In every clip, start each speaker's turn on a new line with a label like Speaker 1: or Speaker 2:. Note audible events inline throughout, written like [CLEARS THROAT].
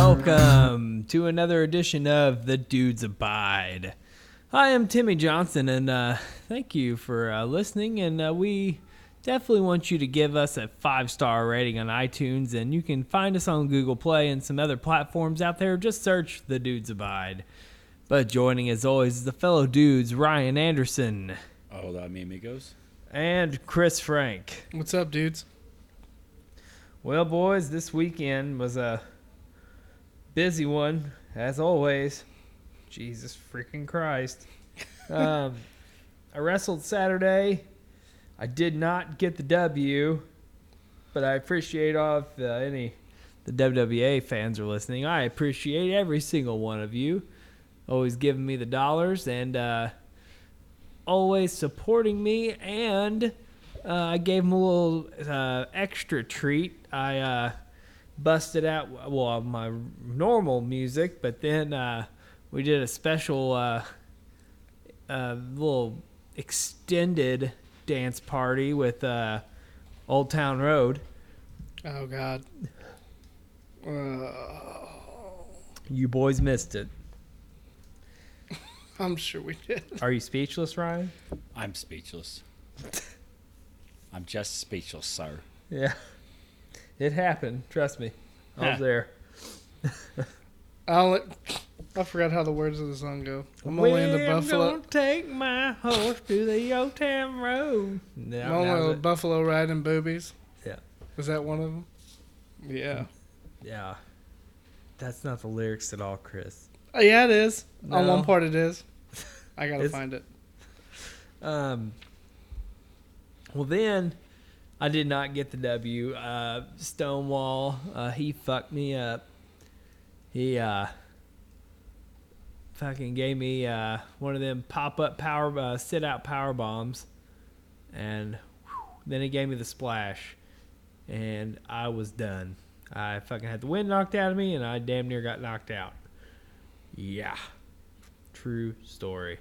Speaker 1: welcome to another edition of The Dudes Abide. I am Timmy Johnson, and uh, thank you for uh, listening. And uh, we definitely want you to give us a five star rating on iTunes, and you can find us on Google Play and some other platforms out there. Just search The Dudes Abide. But joining, as always, is the fellow dudes Ryan Anderson
Speaker 2: Oh, that me amigos.
Speaker 1: and Chris Frank.
Speaker 3: What's up, dudes?
Speaker 1: Well, boys, this weekend was a busy one, as always. Jesus freaking
Speaker 3: [LAUGHS]
Speaker 1: Christ. Um, I wrestled Saturday. I did not get the W, but I appreciate all of the, any the WWA fans are listening. I appreciate every single one of you, always giving me the dollars and uh, always supporting me. And uh, I gave them a little uh, extra treat. I uh, busted out well my normal music, but then uh, we did a special uh, uh, little extended dance party with uh, Old Town Road.
Speaker 3: Oh God. Uh,
Speaker 1: You boys missed it.
Speaker 3: I'm sure we did.
Speaker 1: Are you speechless, Ryan?
Speaker 2: I'm speechless. I'm just speechless, sir.
Speaker 1: Yeah, it happened. Trust me, I was there.
Speaker 3: I'll let, I forgot how the words of the song go. I'm gonna land a
Speaker 1: We're
Speaker 3: buffalo.
Speaker 1: gonna take my horse to the Old Town Road. No,
Speaker 3: I'm gonna
Speaker 1: that was
Speaker 3: let a
Speaker 1: it.
Speaker 3: buffalo riding boobies.
Speaker 1: Yeah.
Speaker 3: Was that one of them? Yeah.
Speaker 1: Yeah. That's not the lyrics at all, Chris.
Speaker 3: Oh, yeah, it is. On
Speaker 1: No.
Speaker 3: one part,
Speaker 1: [LAUGHS]
Speaker 3: it is. I gotta
Speaker 1: It's-
Speaker 3: find it.
Speaker 1: Um, well, then I did not get the W. Uh, Stonewall, uh, he fucked me up. He uh, fucking gave me uh, one of them pop up power, uh, sit out power bombs. And whew, then he gave me the splash. And I was done. I fucking had the wind knocked out of me, and I damn near got knocked out. Yeah. True story.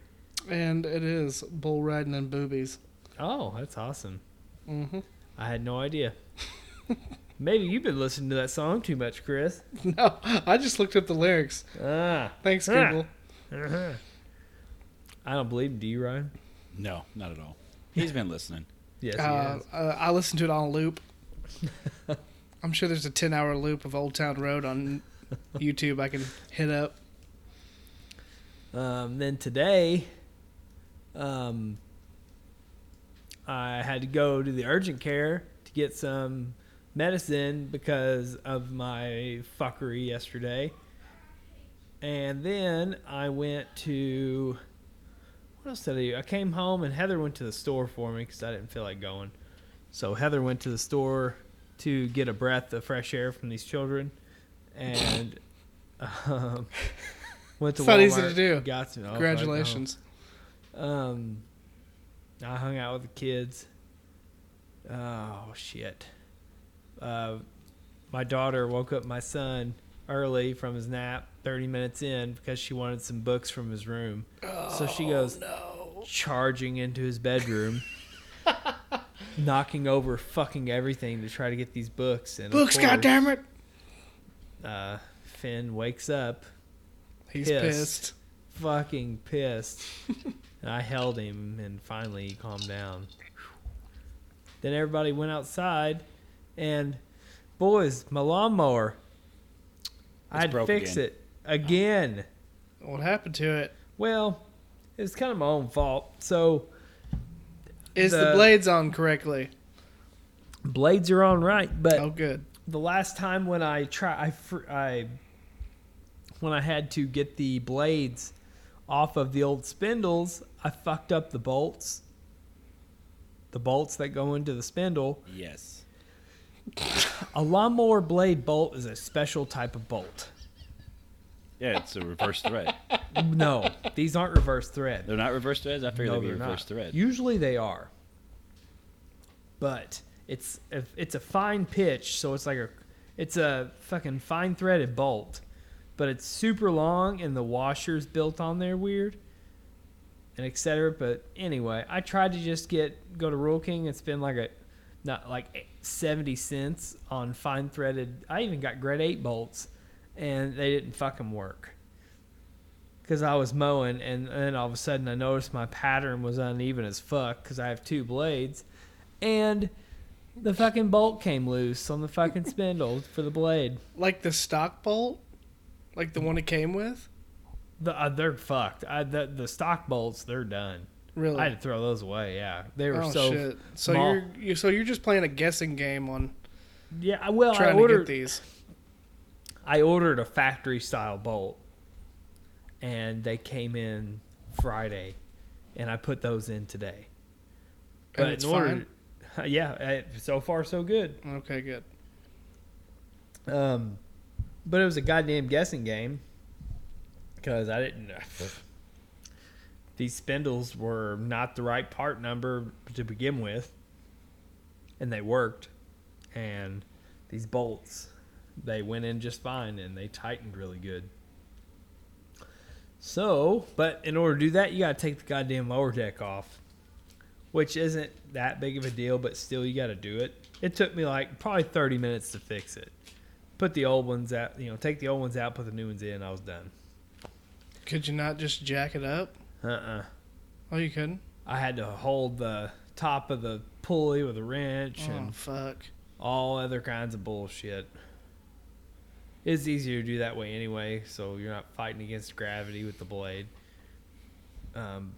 Speaker 3: And it is bull riding and boobies.
Speaker 1: Oh, that's awesome.
Speaker 3: Mm-hmm. [LAUGHS]
Speaker 1: I had no idea. [LAUGHS] Maybe you've been listening to that song too much, Chris.
Speaker 3: No, I just looked up the lyrics.
Speaker 1: Ah.
Speaker 3: Thanks,
Speaker 1: Ah.
Speaker 3: Google.
Speaker 1: I Uh-huh. don't believe him, do you, Ryan?
Speaker 2: No, not at all. He's been listening.
Speaker 1: Yes, he
Speaker 3: Uh,
Speaker 1: has.
Speaker 3: uh, I listened to it
Speaker 1: [LAUGHS]
Speaker 3: on loop. I'm sure there's a 10 hour loop of Old Town Road on YouTube I can hit up.
Speaker 1: Um, then today, um, I had to go to the urgent care to get some medicine because of my fuckery yesterday. And then I went to. What else did I do? I came home and Heather went to the store for me because I didn't feel like going. So Heather went to the store to get a breath of fresh air from these children. And. [LAUGHS] Um, went to
Speaker 3: It's not easy
Speaker 1: Walmart,
Speaker 3: to do.
Speaker 1: Got some. oh, fuck, no.
Speaker 3: Congratulations.
Speaker 1: Um, I hung out with the kids. Oh shit! Uh, my daughter woke up my son early from his nap, thirty minutes in, because she wanted some books from his room. so she goes charging into his bedroom, knocking over fucking everything to try to get these books. And of
Speaker 3: Books,
Speaker 1: course,
Speaker 3: goddamn it!
Speaker 1: Uh, Finn wakes up
Speaker 3: He's
Speaker 1: Pissed.
Speaker 3: pissed.
Speaker 1: fucking pissed. [LAUGHS] and I held him, and finally he calmed down. Then everybody went outside, and boys, my lawnmower. I had to
Speaker 2: broke
Speaker 1: fix
Speaker 2: again.
Speaker 1: it again.
Speaker 3: What happened to it?
Speaker 1: Well, it was kind of my own fault. So
Speaker 3: Is the,
Speaker 1: The-
Speaker 3: blades on correctly?
Speaker 1: blades are on right, but
Speaker 3: Oh, good.
Speaker 1: the last time when I try I, fr- I when I had to get the blades off of the old spindles, I fucked up the bolts. The bolts that go into the spindle.
Speaker 2: Yes.
Speaker 1: A lawnmower blade bolt is a special type of bolt.
Speaker 2: Yeah, it's a reverse thread.
Speaker 1: No, these aren't reverse thread.
Speaker 2: They're not reverse threads. I figured
Speaker 1: No,
Speaker 2: they'd be
Speaker 1: they're
Speaker 2: reverse
Speaker 1: not.
Speaker 2: thread.
Speaker 1: Usually they are. But it's a, it's a fine pitch, so it's like a it's a fucking fine threaded bolt, but it's super long and the washer's built on there weird. And etc. But anyway, I tried to just get go to Rule King and spend like eh, a not like seventy cents on fine threaded. I even got grade eight bolts, and they didn't fucking work. Because I was mowing, and then all of a sudden I noticed my pattern was uneven as fuck because I have two blades, and the fucking bolt came loose on the
Speaker 3: [LAUGHS]
Speaker 1: fucking spindle for the blade.
Speaker 3: Like the stock bolt, like the one it came with.
Speaker 1: The, uh, they're fucked. I, the, the stock bolts, they're done.
Speaker 3: Really?
Speaker 1: I had to throw those away. Yeah, they were
Speaker 3: oh
Speaker 1: so.
Speaker 3: shit! So
Speaker 1: small.
Speaker 3: you're you, so you're just playing a guessing game on
Speaker 1: Yeah, I- well, I
Speaker 3: trying to get
Speaker 1: ordered.
Speaker 3: these.
Speaker 1: I ordered a factory style bolt, and they came in Friday, and I put those in today.
Speaker 3: And it's
Speaker 1: in order- [LAUGHS] yeah, I- so far so good.
Speaker 3: fine. Okay, good.
Speaker 1: Um, but it was a goddamn guessing game because I didn't. [SIGHS] these spindles were not the right part number to begin with, and they worked. And these bolts, they went in just fine and they tightened really good. So, but in order to do that, you got to take the goddamn lower deck off, which isn't that big of a deal, but still, you got to do it. It took me like probably 30 minutes to fix it put the old ones out, you know, take the old ones out, put the new ones in. I was done.
Speaker 3: Could you not just jack it up?
Speaker 1: Uh uh
Speaker 3: Oh, you couldn't.
Speaker 1: I had to hold the top of the pulley with a wrench
Speaker 3: Oh
Speaker 1: and
Speaker 3: fuck!
Speaker 1: all other kinds of bullshit. It's easier to do that way anyway, so you're not fighting against gravity with the blade. Um,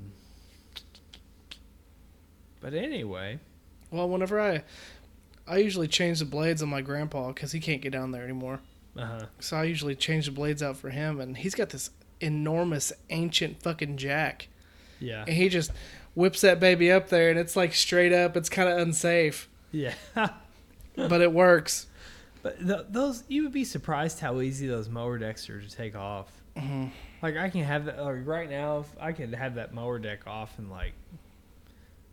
Speaker 1: but anyway,
Speaker 3: Well, whenever I, I usually change the blades on my grandpa because he can't get down there anymore.
Speaker 1: uh huh.
Speaker 3: So I usually change the blades out for him, and he's got this enormous ancient fucking jack,
Speaker 1: Yeah.
Speaker 3: and he just whips that baby up there, and it's like straight up. It's kind of
Speaker 2: [LAUGHS]
Speaker 3: unsafe,
Speaker 1: Yeah. [LAUGHS]
Speaker 3: but it works.
Speaker 1: But th- those, you would be surprised how easy those mower decks are to take off. Like I can have that like right now. If I can have that mower deck off in like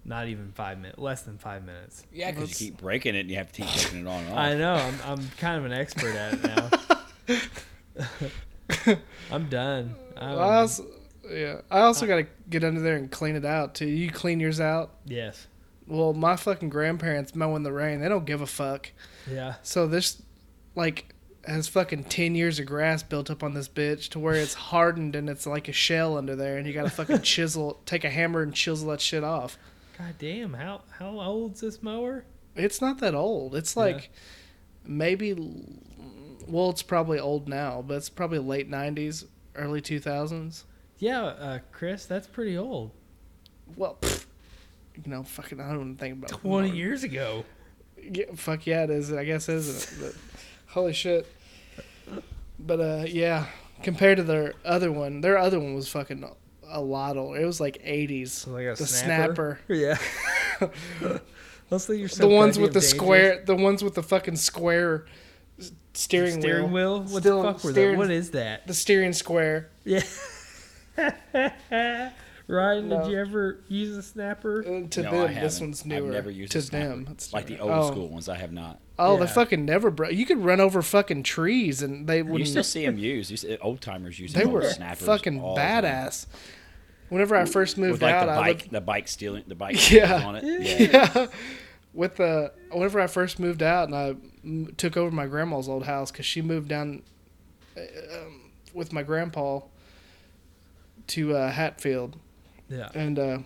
Speaker 1: not even five minutes, less than five minutes.
Speaker 2: Yeah, because you
Speaker 3: Let's-
Speaker 2: keep breaking it and you have to keep taking it on
Speaker 3: [LAUGHS]
Speaker 2: and off.
Speaker 1: I know. I'm I'm kind of an expert at it now. I'm done. I'm,
Speaker 3: I also, yeah, I also got to get under there and clean it out too. You clean yours out.
Speaker 1: yes.
Speaker 3: Well, my fucking grandparents mow in the rain. They don't give a fuck.
Speaker 1: Yeah.
Speaker 3: So this, like, has fucking ten years of grass built up on this bitch to where it's hardened and it's like a shell under there, and you got
Speaker 1: [LAUGHS]
Speaker 3: to fucking chisel, take a hammer and chisel that shit off.
Speaker 1: God damn. How how old's this mower?
Speaker 3: It's not that old. It's
Speaker 1: Yeah.
Speaker 3: like maybe, l- well, it's probably old now, but it's probably late '90s, early 2000s.
Speaker 1: Yeah, uh, Chris. That's pretty old.
Speaker 3: Well, pfft, you know, fucking, I don't even think about
Speaker 1: Twenty years ago.
Speaker 3: Yeah, fuck yeah, it is. I guess isn't it? But holy shit. But uh, yeah, compared to their other one, their other one was fucking a lot older. It was like eighties.
Speaker 1: So like a
Speaker 3: The
Speaker 1: snapper.
Speaker 3: snapper.
Speaker 1: [LAUGHS] Yeah. Leslie, you're so
Speaker 3: the ones with the
Speaker 1: goddamn dangerous.
Speaker 3: square, the ones with the fucking square s- steering,
Speaker 1: steering
Speaker 3: wheel,
Speaker 1: wheel. What
Speaker 3: Still
Speaker 1: the fuck were
Speaker 3: steering-
Speaker 1: that? What is
Speaker 3: [LAUGHS]
Speaker 1: that?
Speaker 3: the steering square.
Speaker 1: Yeah. Ryan,
Speaker 3: No.
Speaker 1: did you ever use a snapper?
Speaker 3: Uh, to
Speaker 2: No, I
Speaker 3: them, this
Speaker 2: haven't.
Speaker 3: one's
Speaker 2: I've
Speaker 3: newer.
Speaker 2: never used
Speaker 3: to
Speaker 2: a snapper.
Speaker 3: them, it's
Speaker 2: like the
Speaker 3: newer.
Speaker 2: old
Speaker 3: oh.
Speaker 2: school ones, I have not.
Speaker 3: Oh, they
Speaker 1: Yeah.
Speaker 3: fucking never, bro. You could run over fucking trees and they
Speaker 2: You
Speaker 3: wouldn't.
Speaker 2: still see them used. You see uh, old timers using
Speaker 3: they
Speaker 2: old
Speaker 3: were
Speaker 2: snappers.
Speaker 3: fucking
Speaker 2: all the time.
Speaker 3: badass. Whenever I first moved
Speaker 2: With like
Speaker 3: out,
Speaker 2: the
Speaker 3: I
Speaker 2: bike,
Speaker 3: lived
Speaker 2: the bike stealing, the bike
Speaker 3: [LAUGHS] Yeah.
Speaker 2: on it. Yeah.
Speaker 3: [LAUGHS] yeah. With the whenever I first moved out and I m- took over my grandma's old house because she moved down uh, um, with my grandpa to uh, Hatfield
Speaker 1: Yeah.
Speaker 3: and uh,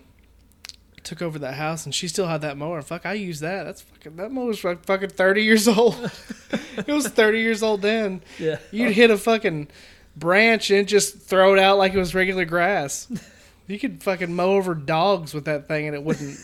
Speaker 3: took over that house and she still had that mower. Fuck, I use that. That's fucking that mower's like fucking thirty years [LAUGHS] old. it was thirty years old then.
Speaker 1: Yeah.
Speaker 3: You'd hit a fucking branch and just throw it out like it was regular grass. You could fucking mow over dogs with that thing and it wouldn't.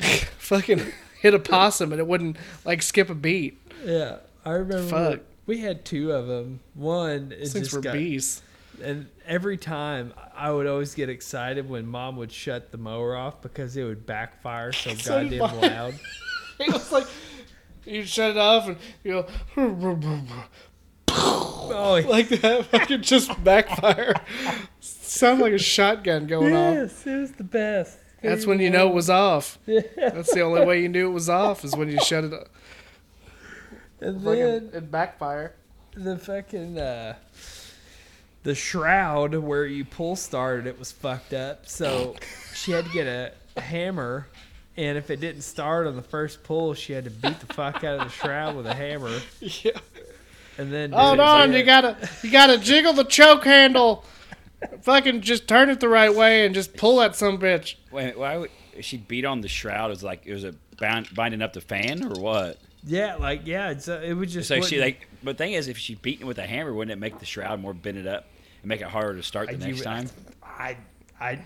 Speaker 3: [LAUGHS] fucking hit a possum and it wouldn't like skip a beat.
Speaker 1: Yeah. I remember
Speaker 3: Fuck.
Speaker 1: we had two of them. One it
Speaker 3: These things
Speaker 1: just
Speaker 3: were
Speaker 1: got,
Speaker 3: beasts.
Speaker 1: and every time I would always get excited when mom would shut the mower off because it would backfire so,
Speaker 3: [LAUGHS] So did
Speaker 1: goddamn
Speaker 3: mine.
Speaker 1: loud.
Speaker 3: [LAUGHS] It was like you shut it off and you go [LAUGHS]
Speaker 1: Oh yeah.
Speaker 3: like that [LAUGHS] fucking just backfire. Sound like a shotgun going off.
Speaker 1: yes, it was the best.
Speaker 3: That's when you know it was off.
Speaker 1: Yeah.
Speaker 3: That's the only way you knew it was off is when you shut
Speaker 1: [LAUGHS]
Speaker 3: it off.
Speaker 1: And then
Speaker 3: Fucking, it backfire.
Speaker 1: the fucking uh the shroud where you pull started it was fucked up so she had to get a hammer and if it didn't start on the first pull she had to beat the fuck out of the shroud with a hammer
Speaker 3: Yeah.
Speaker 1: And then
Speaker 3: Hold on, you gotta you gotta jiggle the choke handle. Fucking just turn it the right way and just pull that some bitch.
Speaker 2: Wait, why would she beat on the shroud? Is like it was a bound, binding up the fan or what?
Speaker 1: yeah, like yeah, it's, uh, it would just
Speaker 2: So she
Speaker 1: wouldn't-
Speaker 2: like, but thing is, if she beat it with a hammer, wouldn't it make the shroud more bended up and make it harder to start the
Speaker 1: I- you-
Speaker 2: next time?
Speaker 1: I I, I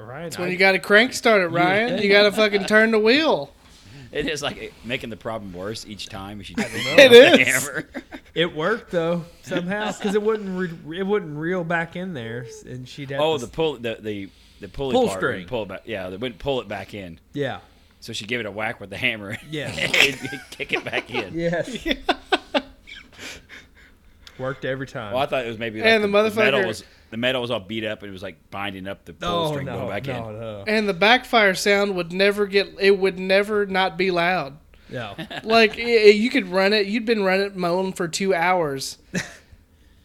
Speaker 1: Ryan,
Speaker 3: When
Speaker 1: I-
Speaker 3: you gotta crank start it, Ryan, you gotta fucking turn the wheel.
Speaker 2: [LAUGHS] It is like it- making the problem worse each time. If she beat
Speaker 3: It
Speaker 2: with a
Speaker 3: is.
Speaker 1: [LAUGHS]
Speaker 2: hammer.
Speaker 1: it worked though somehow because it wouldn't re- it wouldn't reel back in there, and she'd have
Speaker 2: Oh,
Speaker 1: to-
Speaker 2: the pull the the the pulley
Speaker 1: Pull
Speaker 2: part would
Speaker 1: string.
Speaker 2: Pull back. Yeah, they would pull it back in.
Speaker 1: yeah
Speaker 2: So she gave it a whack with the hammer. [LAUGHS]
Speaker 1: Yes.
Speaker 2: and kick it back in.
Speaker 1: yes [LAUGHS] worked every time.
Speaker 2: Well, I thought it was maybe like
Speaker 3: And the
Speaker 2: metal
Speaker 3: motherfucker-
Speaker 2: was the metal was all beat up and it was like binding up the pull
Speaker 1: oh
Speaker 2: string
Speaker 1: no,
Speaker 2: going back
Speaker 1: no,
Speaker 2: in.
Speaker 1: no,
Speaker 3: And the backfire sound would never get it would never not be loud.
Speaker 2: [LAUGHS]
Speaker 1: no,
Speaker 3: Like i i- you could run it, you'd been running it mowing for
Speaker 2: [LAUGHS]
Speaker 3: two hours.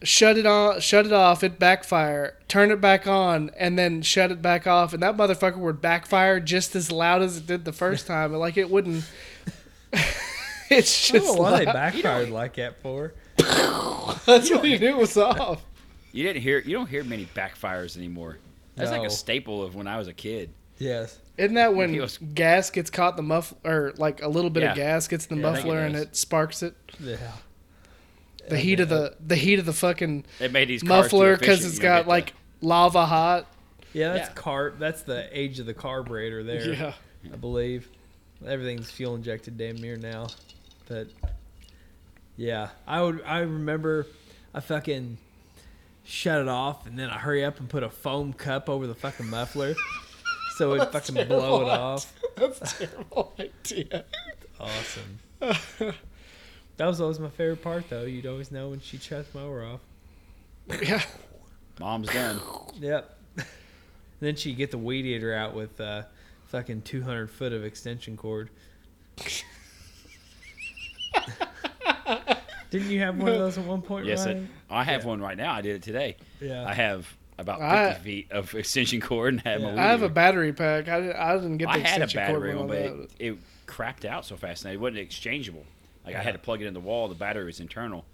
Speaker 3: shut it on, shut it off. It backfire. Turn it back on, and then shut it back off. And that motherfucker would backfire just as loud as it did the
Speaker 2: [LAUGHS]
Speaker 3: first time. And like it wouldn't. [LAUGHS] it's
Speaker 1: I
Speaker 3: just
Speaker 1: don't know why they
Speaker 3: loud.
Speaker 1: backfired like that for.
Speaker 3: That's what you knew it
Speaker 2: [LAUGHS]
Speaker 3: was off.
Speaker 2: You didn't hear you don't hear many backfires anymore. That's like
Speaker 1: No.
Speaker 2: a staple of when I was a kid.
Speaker 1: Yes,
Speaker 3: Isn't that when
Speaker 2: He was-
Speaker 3: gas gets caught in the muffler, or like a little bit
Speaker 2: Yeah.
Speaker 3: of gas gets in the
Speaker 2: Yeah, I think it
Speaker 3: muffler and
Speaker 2: does.
Speaker 3: it sparks it?
Speaker 1: yeah,
Speaker 3: The heat of the the heat of the fucking
Speaker 2: They made these cars too
Speaker 3: muffler because
Speaker 2: efficient, you
Speaker 3: it's
Speaker 2: don't
Speaker 3: got
Speaker 2: get the-
Speaker 3: like lava hot.
Speaker 1: yeah. That's
Speaker 2: Yeah.
Speaker 1: car. That's the age of the carburetor there. I believe. Everything's fuel injected damn near now. But yeah, I would I remember I fucking shut it off and then I hurry up and put a foam cup over the fucking muffler so
Speaker 2: [LAUGHS]
Speaker 1: it fucking blow it off.
Speaker 3: That's a terrible idea.
Speaker 1: Awesome. [LAUGHS] that was always my favorite part though. You'd always know when she shut the mower off.
Speaker 3: Yeah.
Speaker 2: mom's
Speaker 3: [SIGHS]
Speaker 2: done.
Speaker 1: Yep. [LAUGHS] then she'd get the weed eater out with uh, fucking 200 foot of extension cord. Didn't you have one of those at one point,
Speaker 2: Yes, it,
Speaker 1: Ryan?
Speaker 2: I have one right now. I did it today.
Speaker 1: yeah.
Speaker 2: I have about fifty
Speaker 3: I-
Speaker 2: feet of extension cord and have
Speaker 1: Yeah.
Speaker 2: a.
Speaker 1: I
Speaker 3: I have a
Speaker 2: leader.
Speaker 3: battery pack. I, didn't- I didn't get the
Speaker 2: I had a
Speaker 3: extension cord
Speaker 2: battery one,
Speaker 3: on
Speaker 2: but
Speaker 3: that.
Speaker 2: it, it crapped out so fast, and it wasn't exchangeable. Like I had
Speaker 1: Yeah.
Speaker 2: to plug it in the wall. The battery was internal,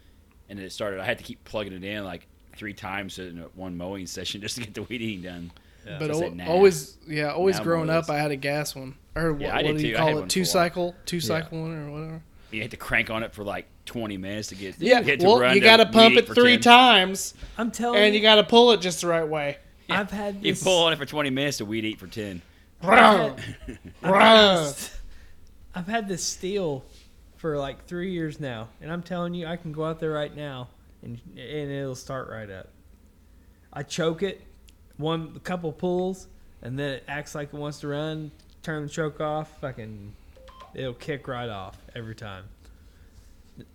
Speaker 2: and then it started. I had to keep plugging it in like three times in one mowing [LAUGHS] session just to get the weed eating done.
Speaker 1: Yeah.
Speaker 3: But
Speaker 2: So I
Speaker 3: al-
Speaker 2: said, nah.
Speaker 3: always, yeah, always
Speaker 2: Nah, I'm
Speaker 3: growing
Speaker 2: one of
Speaker 3: up,
Speaker 2: those.
Speaker 3: I had a gas one, or what,
Speaker 2: I
Speaker 3: what
Speaker 2: did
Speaker 3: do
Speaker 2: too.
Speaker 3: you
Speaker 2: I had
Speaker 3: call
Speaker 2: one
Speaker 3: it?
Speaker 2: for
Speaker 3: Two
Speaker 2: a while.
Speaker 3: cycle, two cycle one, or whatever.
Speaker 2: You had to crank on it for like twenty minutes to get.
Speaker 3: Yeah,
Speaker 2: you had to
Speaker 3: well,
Speaker 2: run
Speaker 3: you
Speaker 2: to
Speaker 3: got to
Speaker 2: weed
Speaker 3: pump
Speaker 2: eat
Speaker 3: it
Speaker 2: for
Speaker 3: three
Speaker 2: 10.
Speaker 3: times,
Speaker 1: I'm telling
Speaker 3: and
Speaker 1: you,
Speaker 3: you got to pull it just the right way.
Speaker 1: I've had
Speaker 2: You
Speaker 1: this.
Speaker 2: pull on it for twenty minutes to weed eat for ten.
Speaker 1: [LAUGHS] I've
Speaker 3: Rawr,
Speaker 1: had-
Speaker 3: rawr.
Speaker 1: I've had this steel for like three years now, and I'm telling you, I can go out there right now and and it'll start right up. I choke it, one a couple pulls, and then it acts like it wants to run. Turn the choke off, fucking, it'll kick right off every time.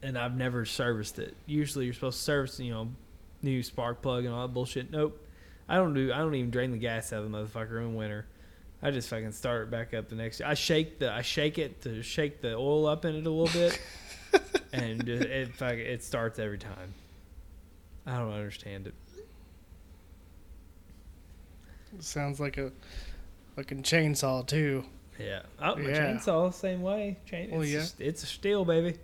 Speaker 1: And I've never serviced it. Usually, you're supposed to service, you know, new spark plug and all that bullshit. Nope, I don't do. I don't even drain the gas out of the motherfucker in winter. I just fucking start it back up the next. I shake the I shake it to shake the oil up in it a little
Speaker 3: [LAUGHS]
Speaker 1: bit, and it it, fuck- it starts every time. I don't understand it.
Speaker 3: [LAUGHS] Sounds like a fucking chainsaw too. [LAUGHS]
Speaker 1: Yeah, oh, my
Speaker 3: Yeah.
Speaker 1: chainsaw same way. Chain,
Speaker 3: Well,
Speaker 1: it's,
Speaker 3: yeah.
Speaker 1: just- it's a steel baby.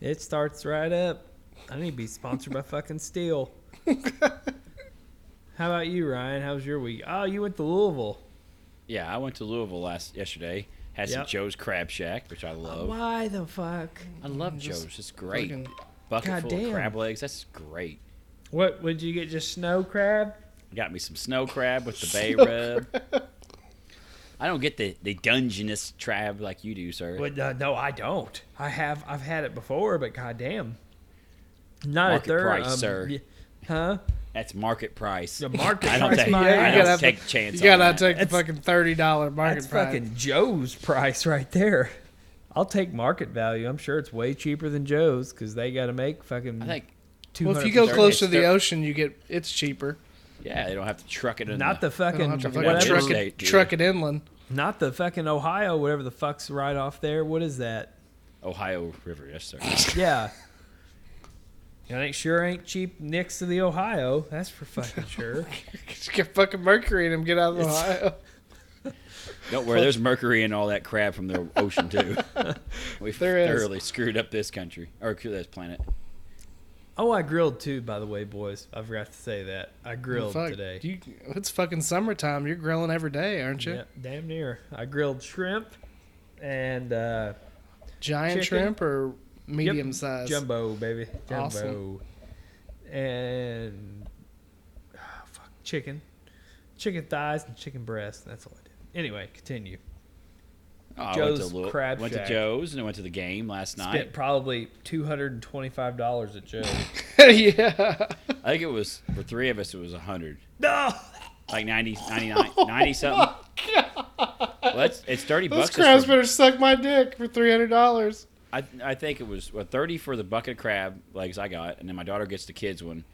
Speaker 1: It starts right up. I need to be sponsored by fucking steel. How about you, Ryan? How was your week? Oh, you went to Louisville.
Speaker 2: Yeah, I went to Louisville last yesterday. Had some
Speaker 1: Yep.
Speaker 2: Joe's Crab Shack, which I love.
Speaker 1: Why the fuck?
Speaker 2: I love
Speaker 3: Just
Speaker 2: Joe's. It's great.
Speaker 3: fucking-
Speaker 2: Bucket full
Speaker 1: Goddamn.
Speaker 2: of crab legs. That's great.
Speaker 1: What would you get? Just snow crab?
Speaker 2: Got me some snow crab with the bay rub. I don't get the, the dungeness crab like you do, sir.
Speaker 1: Well, no, uh, no, I don't. I have I've had it before, but goddamn, not
Speaker 2: Market
Speaker 1: a third, um,
Speaker 2: price, sir.
Speaker 1: y- Huh?
Speaker 2: That's market price.
Speaker 1: The market
Speaker 2: [LAUGHS] I don't
Speaker 1: price,
Speaker 2: take,
Speaker 1: my ass.
Speaker 2: I
Speaker 3: You gotta
Speaker 2: don't
Speaker 3: have
Speaker 2: take
Speaker 3: to-
Speaker 2: chance
Speaker 3: You
Speaker 2: on
Speaker 3: gotta
Speaker 2: that.
Speaker 3: take the
Speaker 1: That's-
Speaker 3: fucking thirty dollar market
Speaker 1: That's
Speaker 3: price.
Speaker 1: fucking Joe's price right there. I'll take market value. I'm sure it's way cheaper than Joe's because they got to make fucking.
Speaker 2: I think,
Speaker 1: two
Speaker 3: Well, if
Speaker 1: hundred.
Speaker 3: you go
Speaker 2: $230,
Speaker 3: close to the
Speaker 2: it's thir-
Speaker 3: ocean, you get it's cheaper.
Speaker 2: yeah, they don't have to truck it in.
Speaker 1: not the
Speaker 3: I don't
Speaker 1: fucking
Speaker 3: have to
Speaker 2: Yeah,
Speaker 3: fucking
Speaker 1: whatever-
Speaker 3: truck
Speaker 2: Interstate,
Speaker 3: it,
Speaker 2: dude.
Speaker 3: truck it inland. [LAUGHS]
Speaker 1: not the fucking Ohio, whatever the fuck's right off there. What is that?
Speaker 2: Ohio River. Yes, sir.
Speaker 1: Yeah.
Speaker 3: [LAUGHS]
Speaker 1: And it sure ain't cheap next to the Ohio. That's for fucking sure.
Speaker 3: Just get fucking mercury in them. Get out of Ohio.
Speaker 2: don't worry. There's mercury in all that crab from the ocean too. We've
Speaker 3: There is.
Speaker 2: thoroughly screwed up this country or this planet.
Speaker 1: Oh, I grilled too, by the way, boys. I forgot to say that. I grilled
Speaker 3: Fuck,
Speaker 1: today.
Speaker 3: You, it's fucking summertime. You're grilling every day, aren't you?
Speaker 1: Yep, damn near. I grilled shrimp and uh,
Speaker 3: Giant
Speaker 1: Chicken.
Speaker 3: shrimp or medium size?
Speaker 1: jumbo, baby. Jumbo.
Speaker 3: Awesome.
Speaker 1: And ah, fuck, chicken. Chicken thighs and chicken breasts. That's all I did. Anyway, continue.
Speaker 2: Oh, I went
Speaker 1: Joe's
Speaker 2: to, Lou-
Speaker 1: Crab
Speaker 2: went
Speaker 1: Shack.
Speaker 2: to Joe's and I went to the game last night.
Speaker 1: Spent probably two hundred and twenty-five dollars at Joe's.
Speaker 3: [LAUGHS] yeah.
Speaker 2: I think it was for three of us. It was hundred,
Speaker 1: no,
Speaker 2: like 90, 99,
Speaker 1: [LAUGHS]
Speaker 2: 90 something. Well, it's, it's thirty
Speaker 3: Those
Speaker 2: bucks.
Speaker 3: crabs
Speaker 2: is For,
Speaker 3: better suck my dick for three hundred dollars.
Speaker 2: I, I think it was well, thirty for the bucket of crab legs I got, and then my daughter gets the kids one.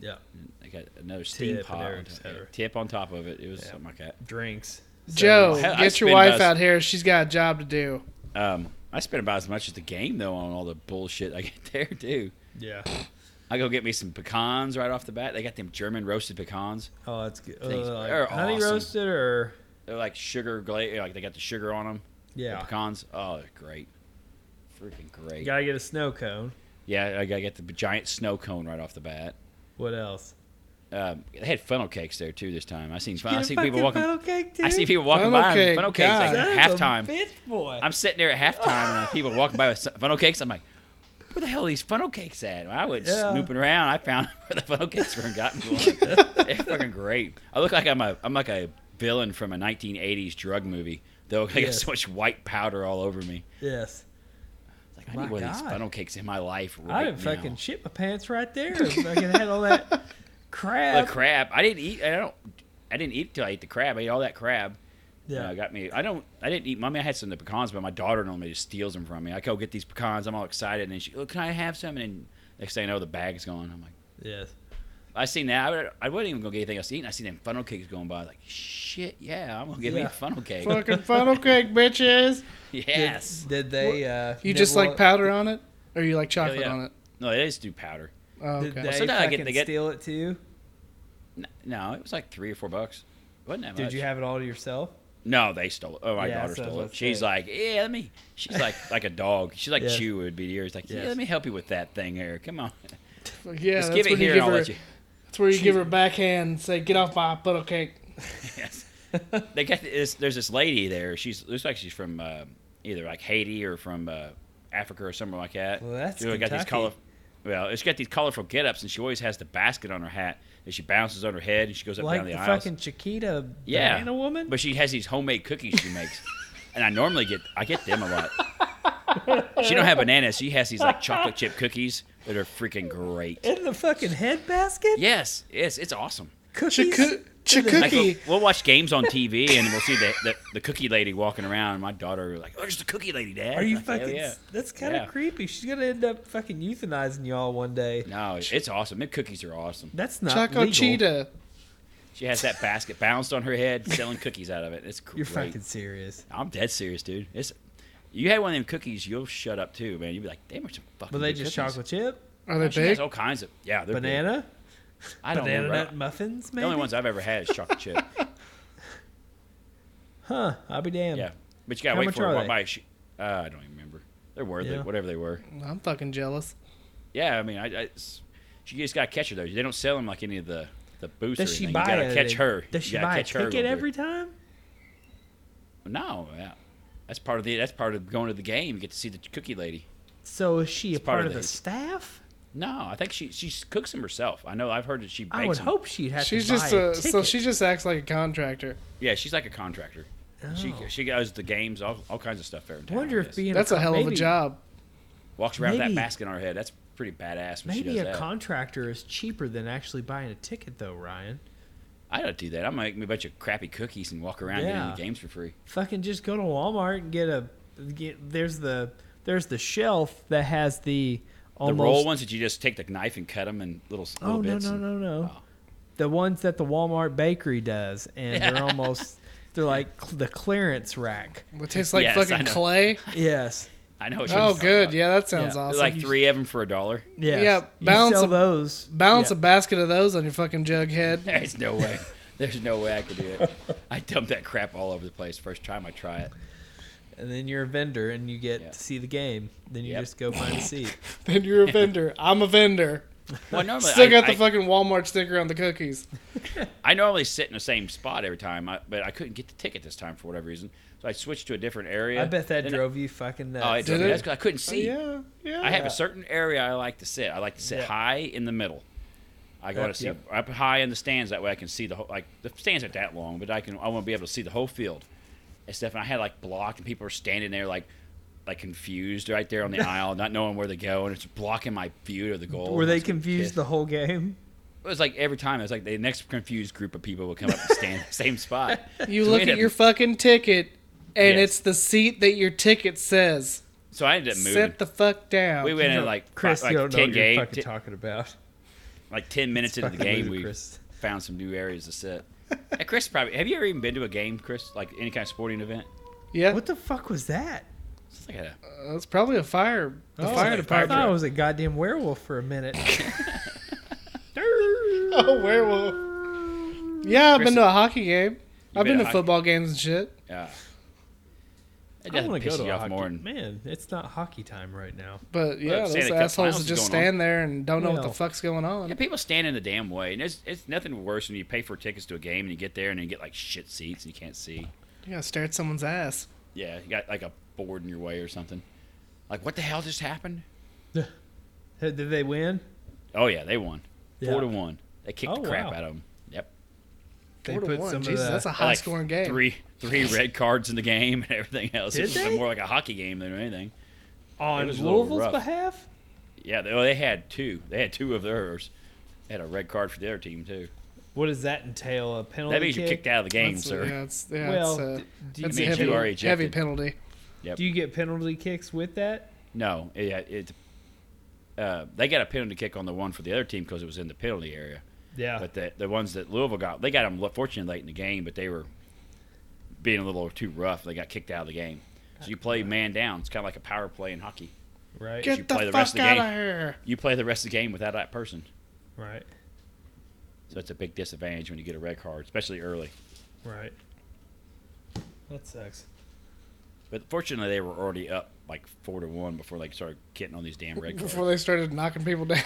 Speaker 1: yeah,
Speaker 2: I got another steam
Speaker 1: Tip and
Speaker 2: pot,
Speaker 1: everything,
Speaker 2: on top-
Speaker 1: et cetera.
Speaker 2: tip on top of it. It was
Speaker 1: Yeah.
Speaker 2: something like that.
Speaker 1: drinks. So-
Speaker 3: Joe,
Speaker 2: hell, I
Speaker 3: get your
Speaker 2: spend
Speaker 3: wife
Speaker 2: about-
Speaker 3: out here. She's got a job to do.
Speaker 2: Um, I spent about as much as the game though on all the bullshit I get [LAUGHS] there too.
Speaker 1: yeah.
Speaker 2: I go get me some pecans right off the bat. They got them German roasted pecans.
Speaker 1: Oh, that's good.
Speaker 2: Things
Speaker 1: Uh, like
Speaker 2: are
Speaker 1: honey
Speaker 2: awesome.
Speaker 1: roasted or
Speaker 2: They're like sugar glaze, like they got the sugar on them.
Speaker 1: yeah.
Speaker 2: pecans. Oh, they're great. Freaking great.
Speaker 1: You gotta get a snow cone.
Speaker 2: Yeah, I gotta get the giant snow cone right off the bat.
Speaker 1: What else?
Speaker 2: Um, they had funnel cakes there too this time. I seen I
Speaker 1: Get a
Speaker 2: seen people
Speaker 1: fucking
Speaker 2: walking.
Speaker 1: funnel cake,
Speaker 2: I
Speaker 1: dude.
Speaker 2: see people walking
Speaker 3: Funnel
Speaker 2: by
Speaker 3: cake,
Speaker 2: with funnel cakes like
Speaker 3: God.
Speaker 2: at
Speaker 1: Son of a
Speaker 2: halftime.
Speaker 1: bitch boy.
Speaker 2: I'm sitting there at halftime and people walking by with funnel cakes. I'm like, where the hell are these funnel cakes at? Well, I was
Speaker 1: Yeah.
Speaker 2: snooping around. I found [LAUGHS] where the funnel cakes were and got them. [LAUGHS] They're fucking great. I look like I'm a I'm like a villain from a 1980s drug movie. Though I got
Speaker 1: Yes.
Speaker 2: so much white powder all over me.
Speaker 1: yes.
Speaker 2: It's Like I
Speaker 1: My
Speaker 2: need one of these
Speaker 1: God.
Speaker 2: funnel cakes in my life
Speaker 1: I
Speaker 2: right
Speaker 1: didn't
Speaker 2: now.
Speaker 1: fucking shit my pants right there. I fucking had all
Speaker 2: [LAUGHS]
Speaker 1: that crap.
Speaker 2: the crab. I didn't eat. I don't. I didn't eat till I ate the crab. I ate all that crab.
Speaker 1: yeah.
Speaker 2: Uh, got me. I don't. I didn't eat. I mean, I had some of the pecans, but my daughter normally just steals them from me. I go get these pecans. I'm all excited, and then she, oh, can I have some? And then next thing I know, the bag's gone. I'm like,
Speaker 1: yes.
Speaker 2: I seen that. I, would, I wasn't even gonna get anything else to eat. And I seen them funnel cakes going by. Like, shit, yeah, I'm gonna get me
Speaker 1: Yeah.
Speaker 2: a funnel cake.
Speaker 3: Fucking funnel cake, bitches.
Speaker 2: [LAUGHS] yes.
Speaker 1: Did, did they? Uh,
Speaker 3: You just
Speaker 1: nibble
Speaker 3: like
Speaker 1: up-
Speaker 3: powder on it, or you like chocolate
Speaker 2: yeah.
Speaker 3: on it?
Speaker 2: No, they just do powder.
Speaker 3: Oh,
Speaker 1: Did
Speaker 3: okay.
Speaker 1: they
Speaker 2: sometimes I
Speaker 1: fucking
Speaker 2: get- they get-
Speaker 1: steal it too?
Speaker 2: N- No, it was like three or four bucks. Wasn't that much.
Speaker 1: Did you have it all to
Speaker 2: [LAUGHS]
Speaker 1: yourself?
Speaker 2: No, they stole it. Oh, my
Speaker 1: Yeah,
Speaker 2: daughter
Speaker 1: so I was
Speaker 2: stole
Speaker 1: about
Speaker 2: it.
Speaker 1: to
Speaker 2: She's
Speaker 1: say.
Speaker 2: like, yeah, let me. She's like,
Speaker 1: [LAUGHS]
Speaker 2: like a dog. She's like
Speaker 1: Yes.
Speaker 2: Chew would be to yours. Like, yeah,
Speaker 1: Yes.
Speaker 2: let me help you with that thing here. Come on,
Speaker 3: yeah,
Speaker 2: [LAUGHS] just
Speaker 3: that's
Speaker 2: give it
Speaker 3: when you
Speaker 2: here
Speaker 3: give
Speaker 2: and I'll
Speaker 3: her.
Speaker 2: let you.
Speaker 3: That's where you give her a backhand and say, "Get off my funnel cake."
Speaker 2: Yes. they got this. There's this lady there. She's looks like she's from uh, either like Haiti or from uh, Africa or somewhere like that.
Speaker 1: Well, that's
Speaker 2: She's really got these color.
Speaker 1: Kentucky.
Speaker 2: Well, it's got these colorful get-ups, and she always has the basket on her hat that she bounces on her head, and she goes up
Speaker 1: Like
Speaker 2: down
Speaker 1: the,
Speaker 2: the, aisles.
Speaker 1: fucking Chiquita
Speaker 2: yeah,
Speaker 1: banana woman?
Speaker 2: But she has these homemade cookies
Speaker 1: [LAUGHS]
Speaker 2: she makes, and I normally get I get them a lot. she don't have bananas. She has these like chocolate chip cookies that are freaking great.
Speaker 1: In the fucking head basket?
Speaker 2: Yes, yes, it's awesome.
Speaker 1: Cookies?
Speaker 3: Chico-
Speaker 2: Like,
Speaker 3: Chikuki.
Speaker 2: we'll, we'll watch games on TV and we'll see the, the, the cookie lady walking around. And my daughter was like, "Oh, there's the cookie lady, Dad."
Speaker 1: Are you
Speaker 2: Like, "Hell
Speaker 1: fucking?
Speaker 2: Yeah.
Speaker 1: That's kind of
Speaker 2: Yeah.
Speaker 1: creepy. She's gonna end up fucking euthanizing y'all one day.
Speaker 2: No, it's awesome. The cookies are awesome.
Speaker 1: That's not
Speaker 3: Choco
Speaker 1: legal.
Speaker 3: cheetah.
Speaker 2: She has that basket balanced on her head, selling cookies out of it. It's great.
Speaker 1: You're fucking serious.
Speaker 2: I'm dead serious, dude. It's you had one of them cookies, you'll shut up too, man. You'd be like, "Damn, are some fucking."
Speaker 1: But they
Speaker 2: good
Speaker 1: just
Speaker 2: cookies."
Speaker 1: chocolate chip,
Speaker 3: Are they
Speaker 2: She has
Speaker 3: big?
Speaker 2: all kinds of yeah, they're big.
Speaker 1: banana,
Speaker 2: I don't
Speaker 1: banana
Speaker 2: remember.
Speaker 1: nut muffins,
Speaker 2: The
Speaker 1: maybe.
Speaker 2: only ones I've ever had is
Speaker 1: [LAUGHS]
Speaker 2: chocolate chip.
Speaker 1: Huh? I'll be damned.
Speaker 2: yeah, but you gotta
Speaker 1: How
Speaker 2: wait
Speaker 1: much
Speaker 2: for
Speaker 1: are
Speaker 2: it. to
Speaker 1: they?
Speaker 2: walk by. She- Uh, I don't even remember. They're worth
Speaker 1: Yeah.
Speaker 2: it, whatever they were.
Speaker 3: I'm fucking jealous.
Speaker 2: Yeah, I mean, I, I it's- she just gotta catch her though. They don't sell them like any of the the booths. or
Speaker 1: Does she
Speaker 2: anything.
Speaker 1: buy
Speaker 2: you gotta
Speaker 1: a,
Speaker 2: catch her.
Speaker 1: Does
Speaker 2: You
Speaker 1: she
Speaker 2: gotta
Speaker 1: buy a
Speaker 2: catch her
Speaker 1: ticket
Speaker 2: little bit.
Speaker 1: every time?
Speaker 2: No, yeah. That's part of the. That's part of going to the game. You get to see the cookie lady.
Speaker 1: So is she a
Speaker 2: It's part
Speaker 1: part
Speaker 2: of
Speaker 1: of the
Speaker 2: the-
Speaker 1: staff?
Speaker 2: No, I think she she cooks them herself. I know. I've heard that she bakes
Speaker 1: I would
Speaker 2: them.
Speaker 1: hope she'd have
Speaker 3: She's
Speaker 1: to buy
Speaker 3: just
Speaker 1: a,
Speaker 3: a,
Speaker 1: ticket.
Speaker 3: so she just acts like a contractor.
Speaker 2: Yeah, she's like a contractor. She
Speaker 1: Oh.
Speaker 2: she goes to the games, all, all kinds of stuff there in
Speaker 1: I
Speaker 2: town.
Speaker 1: wonder
Speaker 2: I
Speaker 1: if
Speaker 2: guess.
Speaker 1: being
Speaker 3: That's
Speaker 1: a,
Speaker 3: a hell of a
Speaker 1: maybe-
Speaker 3: job.
Speaker 2: walks around with
Speaker 1: maybe-
Speaker 2: that basket on her head. That's pretty badass. When she
Speaker 1: Maybe
Speaker 2: does
Speaker 1: a
Speaker 2: that.
Speaker 1: contractor is cheaper than actually buying a ticket, though, Ryan.
Speaker 2: I don't do that. I'm gonna make me a bunch of crappy cookies and walk around getting
Speaker 1: Yeah.
Speaker 2: the games for free.
Speaker 1: fucking just go to Walmart and get a get there's the there's the shelf that has the almost
Speaker 2: The roll ones that you just take the knife and cut them in little, little
Speaker 1: oh no
Speaker 2: bits.
Speaker 1: no
Speaker 2: and-
Speaker 1: no no
Speaker 2: Oh.
Speaker 1: the ones that the Walmart bakery does and
Speaker 2: [LAUGHS]
Speaker 1: they're almost they're like cl- the clearance rack
Speaker 3: It tastes like
Speaker 2: Yes, I
Speaker 3: fucking
Speaker 2: know.
Speaker 3: clay.
Speaker 2: [LAUGHS]
Speaker 1: yes
Speaker 2: I know. What you're
Speaker 3: Oh,
Speaker 2: talking
Speaker 3: good.
Speaker 2: about.
Speaker 3: Yeah, that sounds
Speaker 1: Yeah.
Speaker 3: awesome.
Speaker 2: There's like
Speaker 3: You-
Speaker 2: three of them for a
Speaker 3: [LAUGHS]
Speaker 2: dollar.
Speaker 1: yes.
Speaker 3: Yeah,
Speaker 1: You
Speaker 3: balance
Speaker 1: sell
Speaker 3: a-
Speaker 1: those
Speaker 3: Balance
Speaker 1: yeah.
Speaker 3: a basket of those on your fucking jug [LAUGHS] head.
Speaker 2: There's no way. There's no way I could do it. I dump that crap all over the place. First time I try it.
Speaker 1: and then you're a vendor and you get
Speaker 2: Yeah.
Speaker 1: to see the game then you
Speaker 2: Yep. [LAUGHS]
Speaker 1: just go find a seat
Speaker 3: then you're a vendor. I'm a vendor.
Speaker 2: Well, normally
Speaker 3: Still
Speaker 2: I,
Speaker 3: got the
Speaker 2: I-
Speaker 3: fucking Walmart sticker on the cookies.
Speaker 2: I normally sit in the same spot every time, I, but I couldn't get the ticket this time for whatever reason. So I switched to a different area.
Speaker 1: I bet that
Speaker 2: Then-
Speaker 1: drove you fucking nuts.
Speaker 2: Oh, it
Speaker 3: Did
Speaker 2: drove me
Speaker 3: it? Oh,
Speaker 2: nuts 'cause I couldn't see.
Speaker 3: yeah, yeah.
Speaker 2: I have a certain area I like to sit. I like to sit
Speaker 1: Yeah.
Speaker 2: high in the middle. I got
Speaker 1: Yep,
Speaker 2: to see
Speaker 1: yep.
Speaker 2: up high in the stands. That way I can see the whole. Like the stands aren't that long, but I can. I want to be able to see the whole field and stuff. And I had like blocked, and people were standing there like, like confused right there
Speaker 1: [LAUGHS]
Speaker 2: on the aisle, not knowing where to go, and it's blocking my view of the goal.
Speaker 1: Were
Speaker 2: I
Speaker 1: they
Speaker 2: was getting
Speaker 1: confused
Speaker 2: pissed.
Speaker 1: the whole game?
Speaker 2: It was like every time. It was like the next confused group of people would come up
Speaker 1: [LAUGHS]
Speaker 2: and stand in the same spot.
Speaker 3: You
Speaker 2: So we
Speaker 3: look
Speaker 2: ended
Speaker 3: at
Speaker 2: up-
Speaker 3: your fucking ticket, and
Speaker 2: Yes.
Speaker 3: it's the seat that your ticket says.
Speaker 2: So I ended up moving.
Speaker 3: Sit the fuck down.
Speaker 2: we went in like
Speaker 1: Chris,
Speaker 2: like
Speaker 1: you don't know
Speaker 2: 10
Speaker 1: what
Speaker 2: game-
Speaker 1: you're fucking
Speaker 2: t-
Speaker 1: talking about.
Speaker 2: like ten minutes [LAUGHS] into the
Speaker 1: Fucking
Speaker 2: game, we
Speaker 1: ludicrous.
Speaker 2: found some new areas to sit. Hey, Chris, probably have you ever even been to a game, Chris? Like any kind of sporting event?
Speaker 3: yeah,
Speaker 1: What the fuck was that?
Speaker 2: It's like a,
Speaker 3: uh, it's probably a fire. The
Speaker 1: Oh,
Speaker 3: fire
Speaker 1: I thought it
Speaker 3: department.
Speaker 1: was a goddamn werewolf for a minute.
Speaker 3: Oh, werewolf. Yeah, I've
Speaker 2: Chris-
Speaker 3: been to a hockey game. I've
Speaker 2: been to
Speaker 3: been to
Speaker 2: hockey-
Speaker 3: football games and shit.
Speaker 2: yeah. It
Speaker 1: I
Speaker 2: doesn't
Speaker 1: want to
Speaker 2: piss
Speaker 1: go to
Speaker 2: you
Speaker 1: a
Speaker 2: off
Speaker 1: hockey.
Speaker 2: more. than
Speaker 1: Man, it's not hockey time right now.
Speaker 3: But yeah,
Speaker 2: Stanley Cup
Speaker 3: those
Speaker 2: Finals
Speaker 3: assholes that
Speaker 2: is
Speaker 3: just
Speaker 2: going on.
Speaker 3: stand there and don't know what
Speaker 1: Yeah.
Speaker 3: the fuck's going
Speaker 2: yeah,
Speaker 3: on.
Speaker 2: people stand in the damn way, and it's it's nothing worse when you pay for tickets to a game and you get there and you get like shit seats and you can't see.
Speaker 3: You gotta stare at someone's ass.
Speaker 2: Yeah, you got like a board in your way or something. Like what the hell just happened?
Speaker 1: Did they win?
Speaker 2: Oh yeah, they won
Speaker 1: Yeah.
Speaker 2: four to one. They kicked
Speaker 1: Oh,
Speaker 2: the crap
Speaker 1: wow.
Speaker 2: out of them. Yep,
Speaker 1: They
Speaker 3: Four to
Speaker 1: put
Speaker 3: one.
Speaker 1: some of
Speaker 3: Jesus,
Speaker 1: the-
Speaker 3: that's a
Speaker 1: Like
Speaker 3: high
Speaker 2: like
Speaker 3: scoring game.
Speaker 2: Three
Speaker 3: [LAUGHS]
Speaker 2: three red cards in the game and everything else.
Speaker 1: Did
Speaker 2: it was
Speaker 1: they?
Speaker 2: more like a hockey game than anything.
Speaker 1: On
Speaker 2: was a little rough.
Speaker 1: Louisville's behalf?
Speaker 2: Yeah, they, well, they had two. They had two of theirs. They had a red card for the other team too.
Speaker 1: What does that entail? A penalty
Speaker 2: that means
Speaker 1: kick?
Speaker 2: you're kicked out of the game,
Speaker 3: That's-
Speaker 2: sir.
Speaker 3: Yeah, it's, yeah,
Speaker 1: Well,
Speaker 3: it's, uh,
Speaker 1: d- do,
Speaker 3: that's
Speaker 2: you-
Speaker 3: a
Speaker 2: means
Speaker 1: you,
Speaker 3: heavy,
Speaker 2: are
Speaker 3: heavy
Speaker 2: ejected.
Speaker 3: penalty.
Speaker 1: do you get penalty kicks with that?
Speaker 2: No, it, it. Uh, they got a penalty kick on the one for the other team because it was in the penalty area.
Speaker 1: Yeah.
Speaker 2: But the the ones that Louisville got, they got them fortunately late in the game, but they were being a little too rough. They got kicked out of the game. So you play man down. It's kind of like a power play in hockey.
Speaker 1: right.
Speaker 2: you
Speaker 3: Get the
Speaker 2: play the
Speaker 3: fuck
Speaker 2: rest of the
Speaker 3: out
Speaker 2: game.
Speaker 3: of here.
Speaker 2: You play the rest of the game without that person.
Speaker 1: Right.
Speaker 2: So it's a big disadvantage when you get a red card, especially early.
Speaker 1: Right. That sucks.
Speaker 2: But fortunately, they were already up like four to one before they started getting on these damn red cards.
Speaker 3: [LAUGHS] Before they started knocking people down,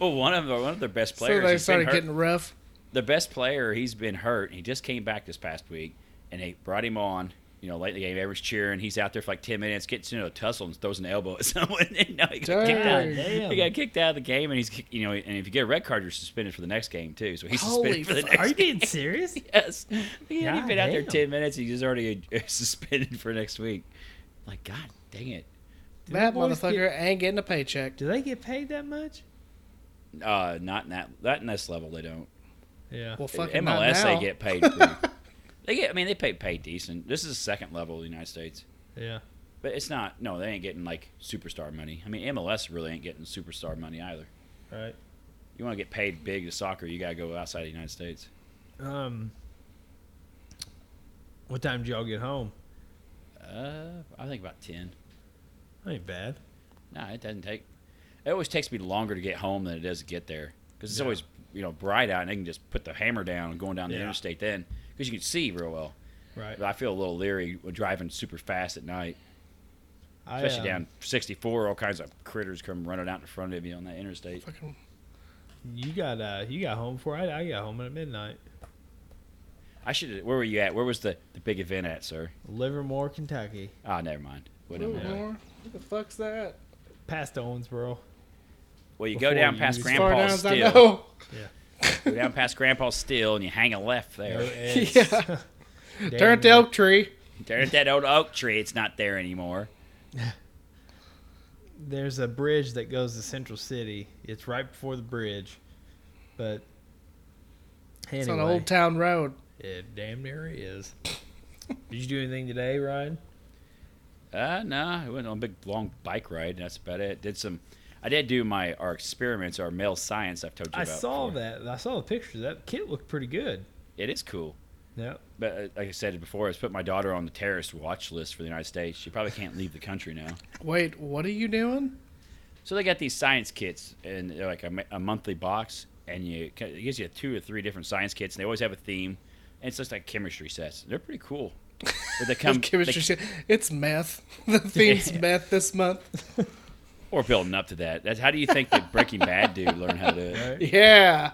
Speaker 2: well, one of their, one of their best
Speaker 3: so
Speaker 2: players, he's
Speaker 3: they
Speaker 2: been
Speaker 3: started
Speaker 2: hurt.
Speaker 3: getting rough.
Speaker 2: the best player. He's been hurt. He just came back this past week, and they brought him on. You know, late in the game, everyone's cheering. He's out there for like ten minutes, gets into a tussle and throws an elbow at [LAUGHS] someone. and now he got kicked out.
Speaker 3: Dang.
Speaker 2: He got kicked out of the game, and he's kick- you know, and if you get a red card, you're suspended for the next game too. So he's suspended
Speaker 3: Holy
Speaker 2: for the
Speaker 3: fuck.
Speaker 2: next.
Speaker 1: Are you
Speaker 2: [LAUGHS]
Speaker 1: being
Speaker 3: [LAUGHS]
Speaker 1: serious?
Speaker 2: Yes, he had been out there
Speaker 1: Goddamn.
Speaker 2: ten minutes. He was already [LAUGHS] uh, suspended for next week. Like God, dang it!
Speaker 1: Do
Speaker 3: that
Speaker 1: the boys
Speaker 3: motherfucker
Speaker 1: get-
Speaker 3: ain't getting a paycheck.
Speaker 1: do they get paid that much?
Speaker 2: Uh, not in that, not in this level. They don't.
Speaker 1: Yeah.
Speaker 3: Well,
Speaker 2: In
Speaker 3: fucking not
Speaker 2: MLS,
Speaker 3: now.
Speaker 2: they get
Speaker 3: [LAUGHS]
Speaker 2: paid. Pretty, they get. I mean, they pay pay decent. This is the second level of the United States,
Speaker 1: yeah.
Speaker 2: but it's not. No, they ain't getting like superstar money. I mean, MLS really ain't getting superstar money either.
Speaker 1: Right.
Speaker 2: You want to get paid big to soccer, you gotta go outside the United States.
Speaker 1: Um. What time do y'all get home?
Speaker 2: Uh, I think about ten.
Speaker 1: Ain't bad.
Speaker 2: No, it doesn't take. It always takes me longer to get home than it does to get there because it's
Speaker 1: Yeah.
Speaker 2: always you know bright out and they can just put the hammer down and going down the
Speaker 1: Yeah.
Speaker 2: interstate then because you can see real well.
Speaker 1: Right.
Speaker 2: But I feel a little leery when driving super fast at night,
Speaker 1: I,
Speaker 2: especially
Speaker 1: um,
Speaker 2: down 64. All kinds of critters come running out in front of you on that interstate.
Speaker 3: Fucking-
Speaker 1: You got uh, you got home before I. I got home at midnight.
Speaker 2: I should. Where were you at? Where was the the big event at, sir?
Speaker 1: Livermore, Kentucky,
Speaker 2: Ah, never mind. Wait a
Speaker 3: Ooh,
Speaker 2: minute.
Speaker 3: Lord, What the fuck's that?
Speaker 1: past Owensboro.
Speaker 2: Well, you
Speaker 1: Before
Speaker 2: go down
Speaker 1: you
Speaker 2: past
Speaker 1: even
Speaker 3: As far down
Speaker 2: Grandpa's
Speaker 3: as I
Speaker 2: Still.
Speaker 3: know.
Speaker 2: Go down past Grandpa's Still, and you hang a
Speaker 1: [LAUGHS]
Speaker 2: left there. [LAUGHS]
Speaker 3: Yeah. Turn at the oak tree.
Speaker 2: There at that old oak tree. It's not there anymore.
Speaker 1: There's a bridge that goes to Central City. It's right before the bridge, but anyway,
Speaker 3: It's on Old Town Road.
Speaker 1: it damn near is. Did you do anything today, Ryan?
Speaker 2: Uh, no, I went on a big long bike ride. And that's about it. Did some. I did do my our experiments, our male science. I've told you
Speaker 1: I
Speaker 2: about.
Speaker 1: saw
Speaker 2: before.
Speaker 1: that. I saw the pictures. That kit looked pretty good.
Speaker 2: It is cool.
Speaker 1: Yep.
Speaker 2: But uh, like I said before, I put my daughter on the terrorist watch list for the United States. She probably can't leave the country now.
Speaker 3: Wait, what are you doing?
Speaker 2: So they got these science kits and they're like a, ma- a monthly box, and you ca- it gives you two or three different science kits, and they always have a theme. And it's just like chemistry sets. They're pretty cool.
Speaker 1: [LAUGHS]
Speaker 2: But they come they-
Speaker 3: Chemistry [LAUGHS] shit. It's meth. The theme's meth this month.
Speaker 2: or building up to that. That's how do you think the Breaking Bad dude learned how to do it?
Speaker 1: [LAUGHS] Right?
Speaker 2: [LAUGHS]
Speaker 3: Yeah.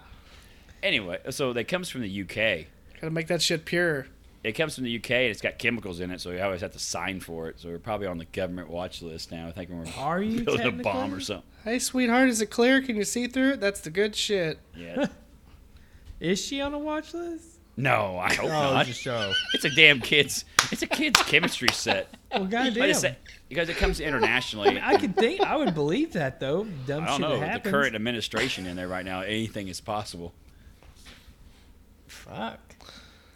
Speaker 2: Anyway, so that comes from the UK.
Speaker 3: Gotta make that shit pure.
Speaker 2: It comes from the UK and it's got chemicals in it, so you always have to sign for it. So we're probably on the government watch list now. I think we're
Speaker 1: Are you
Speaker 2: [LAUGHS] building a bomb
Speaker 1: technically?
Speaker 2: or something.
Speaker 3: Hey, sweetheart, is it clear? Can you see through it? That's the good shit.
Speaker 1: [LAUGHS]
Speaker 2: Yeah.
Speaker 1: Is she on a watch list?
Speaker 2: No, I hope
Speaker 1: Oh,
Speaker 2: not.
Speaker 1: it's a show.
Speaker 2: It's a damn kids. It's a kids chemistry
Speaker 1: [LAUGHS]
Speaker 2: set. [LAUGHS]
Speaker 1: Well, goddamn.
Speaker 2: Like I said, because it comes internationally.
Speaker 1: [LAUGHS] I could think I would believe that though. Dumb
Speaker 2: I don't
Speaker 1: shit
Speaker 2: know
Speaker 1: that
Speaker 2: with
Speaker 1: happens.
Speaker 2: the current administration in there right now. Anything is possible.
Speaker 1: Fuck.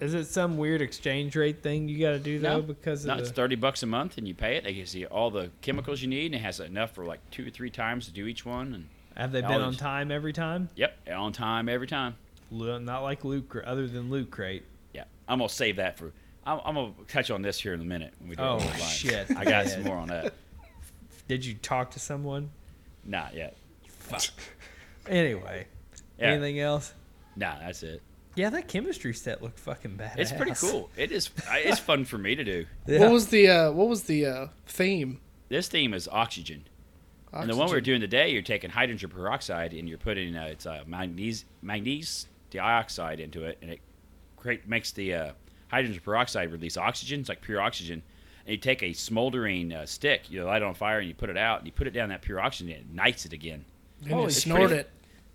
Speaker 1: Is it some weird exchange rate thing you got to do though
Speaker 2: No,
Speaker 1: because
Speaker 2: No,
Speaker 1: of
Speaker 2: it's
Speaker 1: the,
Speaker 2: thirty bucks a month, and you pay it. They gives you all the chemicals you need, and it has enough for like two or three times to do each one. And
Speaker 1: have they been on
Speaker 2: dollars.
Speaker 1: time every time?
Speaker 2: yep, on time every time.
Speaker 1: Lu- Not like Luke, Cr- other than Loot Crate.
Speaker 2: Yeah, I'm gonna save that for. I'm, I'm gonna touch on this here in a minute. When we do
Speaker 1: Oh,
Speaker 2: it online.
Speaker 1: shit.
Speaker 2: I
Speaker 1: Yeah.
Speaker 2: got some more on that.
Speaker 1: Did you talk to someone?
Speaker 2: Not yet.
Speaker 1: Anyway, [LAUGHS]
Speaker 2: Yeah.
Speaker 1: anything else?
Speaker 2: Nah, that's it.
Speaker 1: Yeah, that chemistry set looked fucking badass.
Speaker 2: It's pretty cool. It is. I- It's fun for me to do.
Speaker 1: [LAUGHS] Yeah.
Speaker 3: What was the uh, what was the uh, theme?
Speaker 2: This theme is oxygen. And the one we were
Speaker 3: Oxygen.
Speaker 2: doing today, you're taking hydrogen peroxide and you're putting uh, it's uh, magnesium magnes dioxide into it, and it create makes the uh, hydrogen peroxide release oxygen. It's like pure oxygen. And you take a smoldering uh, stick, you light it on fire, and you put it out, and you put it down that pure oxygen, and it ignites it again.
Speaker 3: And
Speaker 1: Holy
Speaker 3: you
Speaker 1: shit.
Speaker 3: snort it.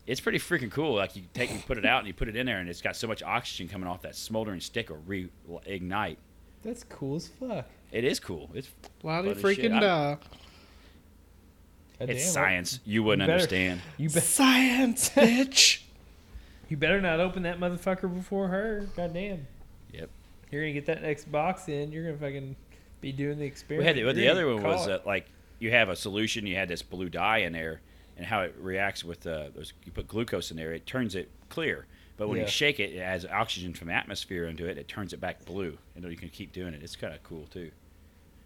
Speaker 2: It's pretty freaking cool. Like you take and put it out, and you put it in there, and it's got so much oxygen coming off that smoldering stick or reignite.
Speaker 1: That's cool as fuck.
Speaker 2: It is cool. It's
Speaker 3: Bloody
Speaker 2: Bloody shit.
Speaker 3: freaking die.
Speaker 1: God
Speaker 2: it's
Speaker 1: damn,
Speaker 2: science. You wouldn't
Speaker 1: better- [LAUGHS]
Speaker 2: understand.
Speaker 1: what- You, be- [LAUGHS]
Speaker 3: Science, bitch.
Speaker 1: you better not open that motherfucker before her. Goddamn.
Speaker 2: Yep.
Speaker 1: You're gonna get that next box in. You're gonna fucking be doing the
Speaker 2: We
Speaker 1: experiment.
Speaker 2: had the, the
Speaker 1: You're
Speaker 2: other
Speaker 1: gonna
Speaker 2: one
Speaker 1: get
Speaker 2: was
Speaker 1: caught.
Speaker 2: uh, like you have a solution. You had this blue dye in there, and how it reacts with uh, those. You put glucose in there, it turns it clear. But when
Speaker 1: Yeah.
Speaker 2: you shake it, it adds oxygen from atmosphere into it. It turns it back blue, and then you can keep doing it. It's kind of cool too.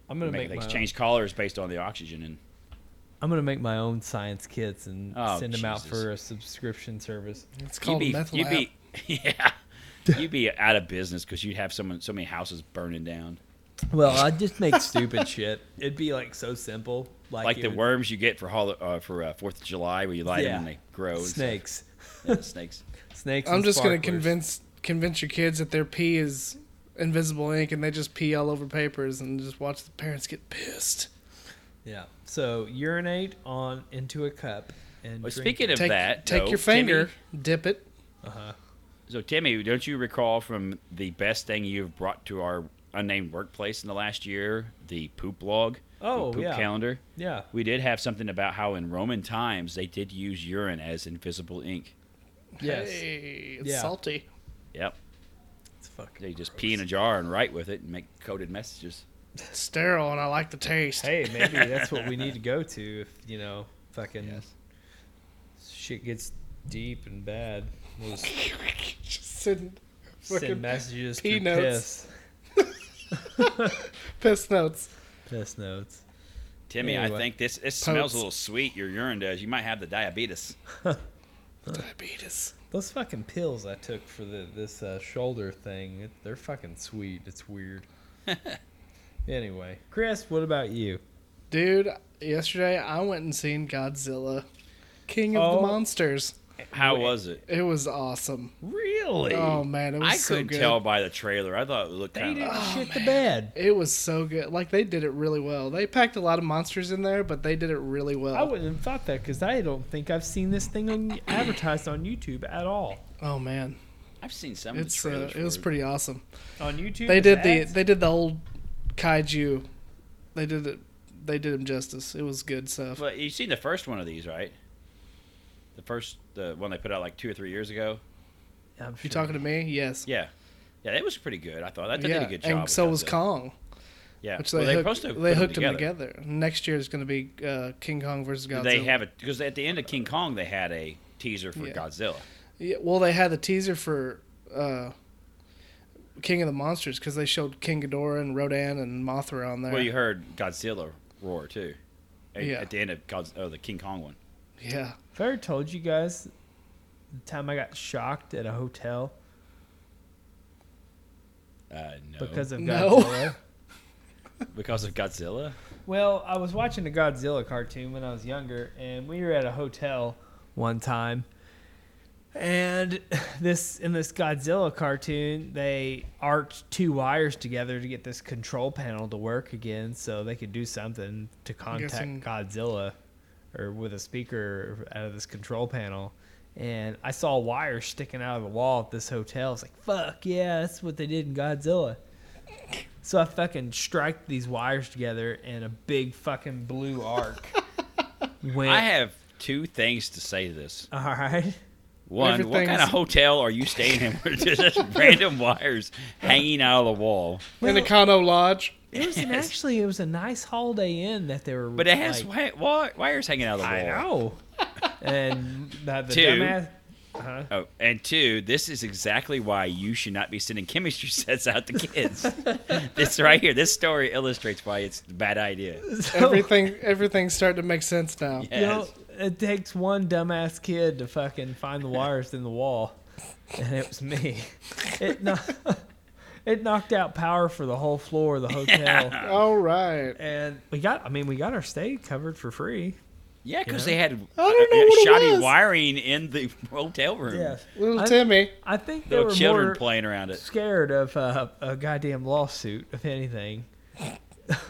Speaker 1: I'm gonna make,
Speaker 2: Make things
Speaker 1: my
Speaker 2: change colors based on the oxygen, and
Speaker 1: I'm gonna make my own science kits and
Speaker 2: Oh,
Speaker 1: send them out
Speaker 2: Jesus.
Speaker 1: for a subscription service.
Speaker 3: It's called
Speaker 2: you'd be,
Speaker 3: meth
Speaker 2: you'd
Speaker 3: lab.
Speaker 2: be [LAUGHS] yeah, you'd be out of business because you'd have someone so many houses burning down.
Speaker 1: Well, I'd just make stupid [LAUGHS] shit. It'd be like so simple, like,
Speaker 2: Like
Speaker 1: it
Speaker 2: the
Speaker 1: would-
Speaker 2: worms you get for hol- uh, for uh, Fourth of July, where you light
Speaker 1: Yeah.
Speaker 2: them and they grow. and stuff.
Speaker 1: snakes,
Speaker 2: Yeah,
Speaker 1: [LAUGHS]
Speaker 2: the snakes.
Speaker 1: snakes.
Speaker 3: I'm
Speaker 1: and
Speaker 3: just gonna
Speaker 1: sparklers.
Speaker 3: convince convince your kids that their pee is invisible ink, and they just pee all over papers, and just watch the parents get pissed.
Speaker 1: Yeah. So urinate on into a cup and
Speaker 2: Well,
Speaker 1: drink
Speaker 2: speaking
Speaker 1: it.
Speaker 2: of
Speaker 3: Take
Speaker 2: that,
Speaker 3: take
Speaker 2: though,
Speaker 3: your
Speaker 2: Timmy-
Speaker 3: finger, dip it.
Speaker 2: So, Timmy, don't you recall from the best thing you've brought to our unnamed workplace in the last year, the poop log?
Speaker 1: Oh,
Speaker 2: the poop
Speaker 1: yeah.
Speaker 2: calendar.
Speaker 1: yeah,
Speaker 2: We did have something about how in Roman times they did use urine as invisible ink.
Speaker 1: yes,
Speaker 3: Hey, it's
Speaker 1: Yeah.
Speaker 3: salty.
Speaker 2: Yep.
Speaker 1: it's fucking.
Speaker 2: They just pee in a jar and write with it and make coded messages.
Speaker 3: sterile, and I like the taste.
Speaker 1: Hey, maybe that's what we need to go to if you know fucking
Speaker 2: Yes.
Speaker 1: shit gets deep and bad. We'll just
Speaker 3: [LAUGHS] Just send
Speaker 1: send
Speaker 3: fucking
Speaker 1: messages
Speaker 3: pee
Speaker 1: through
Speaker 3: notes.
Speaker 1: piss,
Speaker 3: piss notes.
Speaker 1: piss notes.
Speaker 2: Timmy, I
Speaker 1: Anyway.
Speaker 2: think this this smells
Speaker 3: Popes.
Speaker 2: a little sweet. Your urine does. You might have the diabetes.
Speaker 3: Diabetes.
Speaker 1: Those fucking pills I took for the this uh, shoulder thing, it, they're fucking sweet. It's weird. anyway, Chris, what about you?
Speaker 3: Dude, yesterday I went and seen Godzilla, King of
Speaker 1: Oh.
Speaker 3: the Monsters.
Speaker 2: How was it?
Speaker 3: It was awesome.
Speaker 1: Really?
Speaker 3: Oh man, it was
Speaker 2: I
Speaker 3: so
Speaker 2: couldn't
Speaker 3: good.
Speaker 2: tell by the trailer. I thought it looked
Speaker 1: they
Speaker 2: kind
Speaker 1: didn't
Speaker 2: of.
Speaker 1: shit the bed.
Speaker 3: It was so good. Like they did it really well. They packed a lot of monsters in there, but they did it really well.
Speaker 1: I wouldn't have thought that because I don't think I've seen this thing on, advertised on YouTube at all.
Speaker 3: oh man,
Speaker 2: I've seen some of the
Speaker 3: it's uh,
Speaker 2: trailers.
Speaker 3: it was
Speaker 2: for
Speaker 3: pretty awesome.
Speaker 1: On YouTube,
Speaker 3: They
Speaker 1: it's
Speaker 3: did the
Speaker 1: ads?
Speaker 3: they did the old kaiju. They did it. They did him justice. It was good stuff.
Speaker 2: But you've seen the first one of these, right? The first, the one they put out like two or three years ago.
Speaker 1: I'm
Speaker 3: You
Speaker 1: sure.
Speaker 3: talking to me? Yes.
Speaker 2: Yeah, yeah, that was pretty good. I thought that did a good job.
Speaker 3: And
Speaker 2: with
Speaker 3: so
Speaker 2: that,
Speaker 3: was
Speaker 2: though.
Speaker 3: Kong,
Speaker 2: Yeah,
Speaker 3: which
Speaker 2: Well,
Speaker 3: they
Speaker 2: they're
Speaker 3: hooked,
Speaker 2: supposed to
Speaker 3: they
Speaker 2: put
Speaker 3: hooked
Speaker 2: them
Speaker 3: them together. Next year is going to be uh, King Kong versus Godzilla.
Speaker 2: They have it because at the end of King Kong they had a teaser for
Speaker 3: Yeah.
Speaker 2: Godzilla.
Speaker 3: yeah, well, they had the teaser for uh, King of the Monsters because they showed King Ghidorah and Rodan and Mothra on there.
Speaker 2: Well, you heard Godzilla roar too. At,
Speaker 3: Oh, Yeah.
Speaker 2: at the end of God's, oh, the King Kong one. [LAUGHS]
Speaker 3: yeah,
Speaker 1: Have I ever told you guys the time I got shocked at a hotel
Speaker 2: Uh, no,
Speaker 1: because of
Speaker 3: No.
Speaker 2: Uh,
Speaker 1: Godzilla?
Speaker 3: [LAUGHS]
Speaker 2: because of Godzilla.
Speaker 1: Well, I was watching the Godzilla cartoon when I was younger, and we were at a hotel one time. And [LAUGHS] this in this Godzilla cartoon, they arced two wires together to get this control panel to work again, so they could do something to contact
Speaker 3: guessing-
Speaker 1: Godzilla, or with a speaker out of this control panel. And I saw wires sticking out of the wall at this hotel. I was like, "Fuck yeah, that's what they did in Godzilla." So I fucking strike these wires together, and a big fucking blue [LAUGHS] arc went.
Speaker 2: I have two things to say to this.
Speaker 1: All right.
Speaker 2: One, what kind of
Speaker 3: Everything's-
Speaker 2: hotel are you staying in where there's
Speaker 3: [LAUGHS]
Speaker 2: just random wires hanging out of the wall?
Speaker 3: in a Econo
Speaker 2: [LAUGHS]
Speaker 3: Lodge.
Speaker 1: It was an,
Speaker 2: Yes.
Speaker 1: actually it was a nice Holiday Inn that they were.
Speaker 2: But it has
Speaker 1: like,
Speaker 2: wi- wi- wires hanging out of the wall.
Speaker 1: I [LAUGHS] know. and the, the
Speaker 2: Two.
Speaker 1: dumbass. [LAUGHS] Uh-huh.
Speaker 2: Oh, and two, this is exactly why you should not be sending chemistry [LAUGHS] sets out to kids. this right here, this story illustrates why it's a bad idea.
Speaker 1: So,
Speaker 3: Everything everything's starting to make sense now.
Speaker 1: You know,
Speaker 2: Yes.
Speaker 1: it takes one dumbass kid to fucking find the wires in the wall, and it was me. [LAUGHS] It kno- it knocked out power for the whole floor of the hotel. [LAUGHS]
Speaker 3: All right.
Speaker 1: And we got, I mean, we got our stay covered for free.
Speaker 2: Yeah, because
Speaker 1: Yeah.
Speaker 2: they had
Speaker 3: don't know
Speaker 2: uh,
Speaker 3: what it
Speaker 2: shoddy
Speaker 3: was.
Speaker 2: wiring in the [LAUGHS] hotel room.
Speaker 1: Yeah.
Speaker 3: Little
Speaker 1: I-
Speaker 3: Timmy.
Speaker 1: I think they
Speaker 2: Little
Speaker 1: were
Speaker 2: children
Speaker 1: more
Speaker 2: playing around it.
Speaker 1: scared of uh, a goddamn lawsuit, if anything.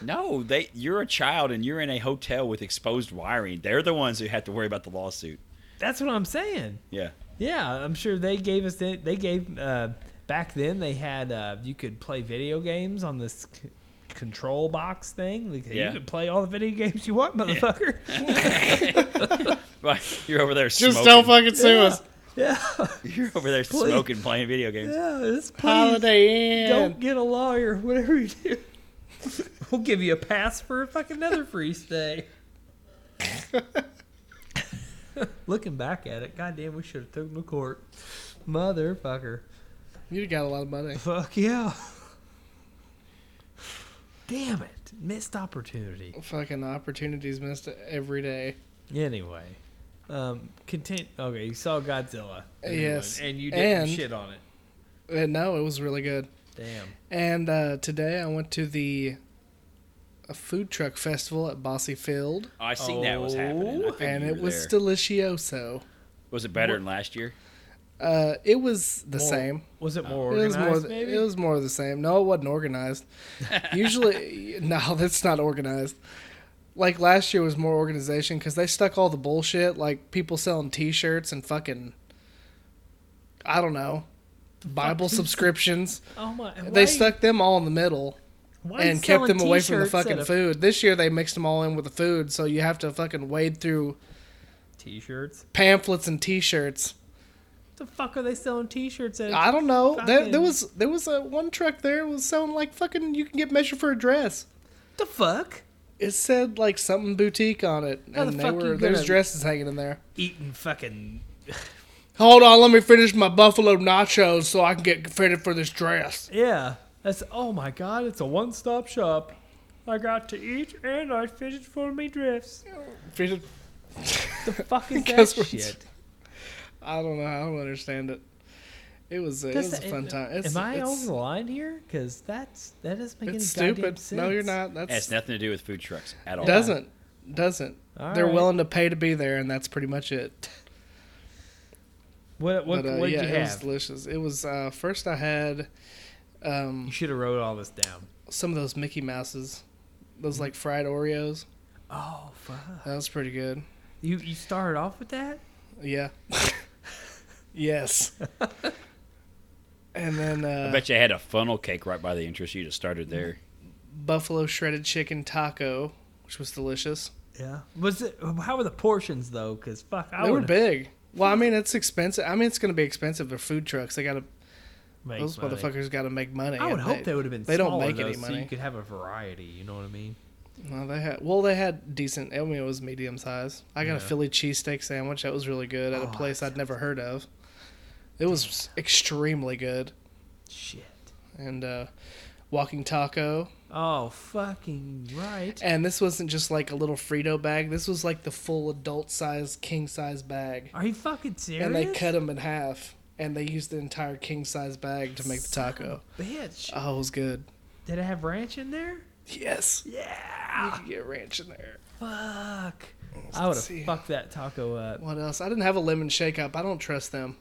Speaker 2: No, they. You're a child and you're in a hotel with exposed wiring. They're the ones who have to worry about the lawsuit.
Speaker 1: That's what I'm saying.
Speaker 2: Yeah. [LAUGHS]
Speaker 1: Yeah, I'm sure they gave us the, they gave uh, back then they had uh, you could play video games on this c- control box thing. Like,
Speaker 2: Yeah.
Speaker 1: You could play all the video games you want, motherfucker.
Speaker 2: Right. You're over there
Speaker 3: Just
Speaker 2: smoking.
Speaker 3: don't fucking sue us.
Speaker 1: Yeah, [LAUGHS]
Speaker 2: You're over there
Speaker 1: Please.
Speaker 2: smoking, playing video games.
Speaker 1: yeah. It's please
Speaker 3: Holiday Inn.
Speaker 1: don't get a lawyer, whatever you do. [LAUGHS] We'll give you a pass for a fucking another free stay. [LAUGHS] Looking back at it, goddamn, we should have took him to court, motherfucker.
Speaker 3: You got a lot of money.
Speaker 1: Fuck yeah. Damn it. Missed opportunity.
Speaker 3: Fucking opportunities missed every day.
Speaker 1: Anyway. Um content okay, you saw Godzilla.
Speaker 3: Yes.
Speaker 1: And you didn't
Speaker 3: And-
Speaker 1: shit on it.
Speaker 3: Uh, no, it was really good.
Speaker 1: Damn.
Speaker 3: And uh, today I went to the a food truck festival at Bossy Field,
Speaker 2: Oh, I seen that was happening. I
Speaker 1: Oh,
Speaker 2: figured
Speaker 3: and
Speaker 2: you
Speaker 3: it
Speaker 2: were
Speaker 3: was
Speaker 2: there.
Speaker 3: delicioso.
Speaker 2: Was it better than last year?
Speaker 3: Uh, it was the
Speaker 1: More-
Speaker 3: same.
Speaker 1: Was it more
Speaker 3: It was
Speaker 1: organized?
Speaker 3: more. th-
Speaker 1: maybe?
Speaker 3: It was more of the same. No, it wasn't
Speaker 1: [LAUGHS]
Speaker 3: organized. Usually, no, that's not organized. Like last year was more organization because they stuck all the bullshit, like people selling T-shirts and fucking, I don't know,
Speaker 1: [LAUGHS]
Speaker 3: Bible subscriptions.
Speaker 1: oh my
Speaker 3: They stuck them all in the middle.
Speaker 1: why
Speaker 3: and kept them away from the fucking
Speaker 1: food.
Speaker 3: food. This year they mixed them all in with the food, so you have to fucking wade through
Speaker 1: T shirts.
Speaker 3: pamphlets and T-shirts.
Speaker 1: The fuck are they selling t shirts at
Speaker 3: I don't know. There,
Speaker 1: Fucking-
Speaker 3: there was there was a one truck there was selling like fucking you can get measured for a dress.
Speaker 1: the fuck?
Speaker 3: It said like something boutique on it,
Speaker 1: How the
Speaker 3: and they
Speaker 1: fuck you
Speaker 3: were there's
Speaker 1: gonna-
Speaker 3: dresses hanging in there.
Speaker 1: Eating fucking
Speaker 3: Hold on, let me finish my buffalo nachos so I can get fitted for this dress.
Speaker 1: Yeah. That's oh my god, it's a one stop shop. I got to eat and I fitted for me drifts.
Speaker 3: Fitted-
Speaker 1: The
Speaker 3: [LAUGHS]
Speaker 1: fuck is that
Speaker 3: Guess what?
Speaker 1: shit?
Speaker 3: I don't know. I don't understand it. It was it
Speaker 1: Does
Speaker 3: was a
Speaker 1: that-
Speaker 3: fun time. It's,
Speaker 1: Am I
Speaker 3: it's,
Speaker 1: over the line here? Because that's that doesn't make
Speaker 3: It's
Speaker 1: any goddamn
Speaker 3: stupid.
Speaker 1: sense.
Speaker 3: No, you're not. That's
Speaker 2: It has nothing to do with food trucks at all.
Speaker 3: Doesn't. Doesn't.
Speaker 1: All
Speaker 3: They're
Speaker 1: right.
Speaker 3: willing to pay to be there, and that's pretty much it.
Speaker 1: What what,
Speaker 3: But, uh,
Speaker 1: what did
Speaker 3: yeah,
Speaker 1: you
Speaker 3: it was
Speaker 1: have?
Speaker 3: delicious. It was uh, first I had
Speaker 1: You
Speaker 3: um,
Speaker 1: should have wrote all this down.
Speaker 3: some of those Mickey Mouses, those
Speaker 1: Mm-hmm.
Speaker 3: like fried Oreos.
Speaker 1: Oh fuck!
Speaker 3: That was pretty good.
Speaker 1: You you started off with that? [LAUGHS]
Speaker 3: Yeah. yes. and then
Speaker 2: I
Speaker 3: uh,
Speaker 2: bet you had a funnel cake right by the entrance. You just started there.
Speaker 3: buffalo shredded chicken taco, which was delicious.
Speaker 1: Yeah. Was it? How were the portions though? Because fuck, I
Speaker 3: they were
Speaker 1: would
Speaker 3: big. Well, I mean, it's expensive. I mean, it's going to be expensive. They're food trucks. They got to.
Speaker 1: make
Speaker 3: Those
Speaker 1: money.
Speaker 3: motherfuckers got to make money.
Speaker 1: I would
Speaker 3: and
Speaker 1: hope they, would have been.
Speaker 3: They don't
Speaker 1: smaller,
Speaker 3: make
Speaker 1: though,
Speaker 3: any
Speaker 1: So
Speaker 3: money.
Speaker 1: you could have a variety. You know what I mean?
Speaker 3: No, they had well, they had decent. I mean, it was medium size. I got
Speaker 1: Yeah.
Speaker 3: a Philly cheesesteak sandwich that was really good at
Speaker 1: Oh,
Speaker 3: a place
Speaker 1: that
Speaker 3: I'd never heard of. It was extremely good,
Speaker 1: Shit.
Speaker 3: and uh, walking taco.
Speaker 1: Oh fucking right.
Speaker 3: And this wasn't just like a little Frito bag. This was like the full adult size, king size bag,
Speaker 1: Are you fucking serious?
Speaker 3: and they cut them in half, and they used the entire king size bag to make the
Speaker 1: Son of
Speaker 3: taco.
Speaker 1: a Bitch.
Speaker 3: Oh, it was good.
Speaker 1: Did it have ranch in there?
Speaker 3: Yes. You
Speaker 1: Yeah.
Speaker 3: can get ranch in there.
Speaker 1: Fuck. I would have
Speaker 3: see.
Speaker 1: fucked that taco up.
Speaker 3: What else? I didn't have a lemon shake up. I don't trust them.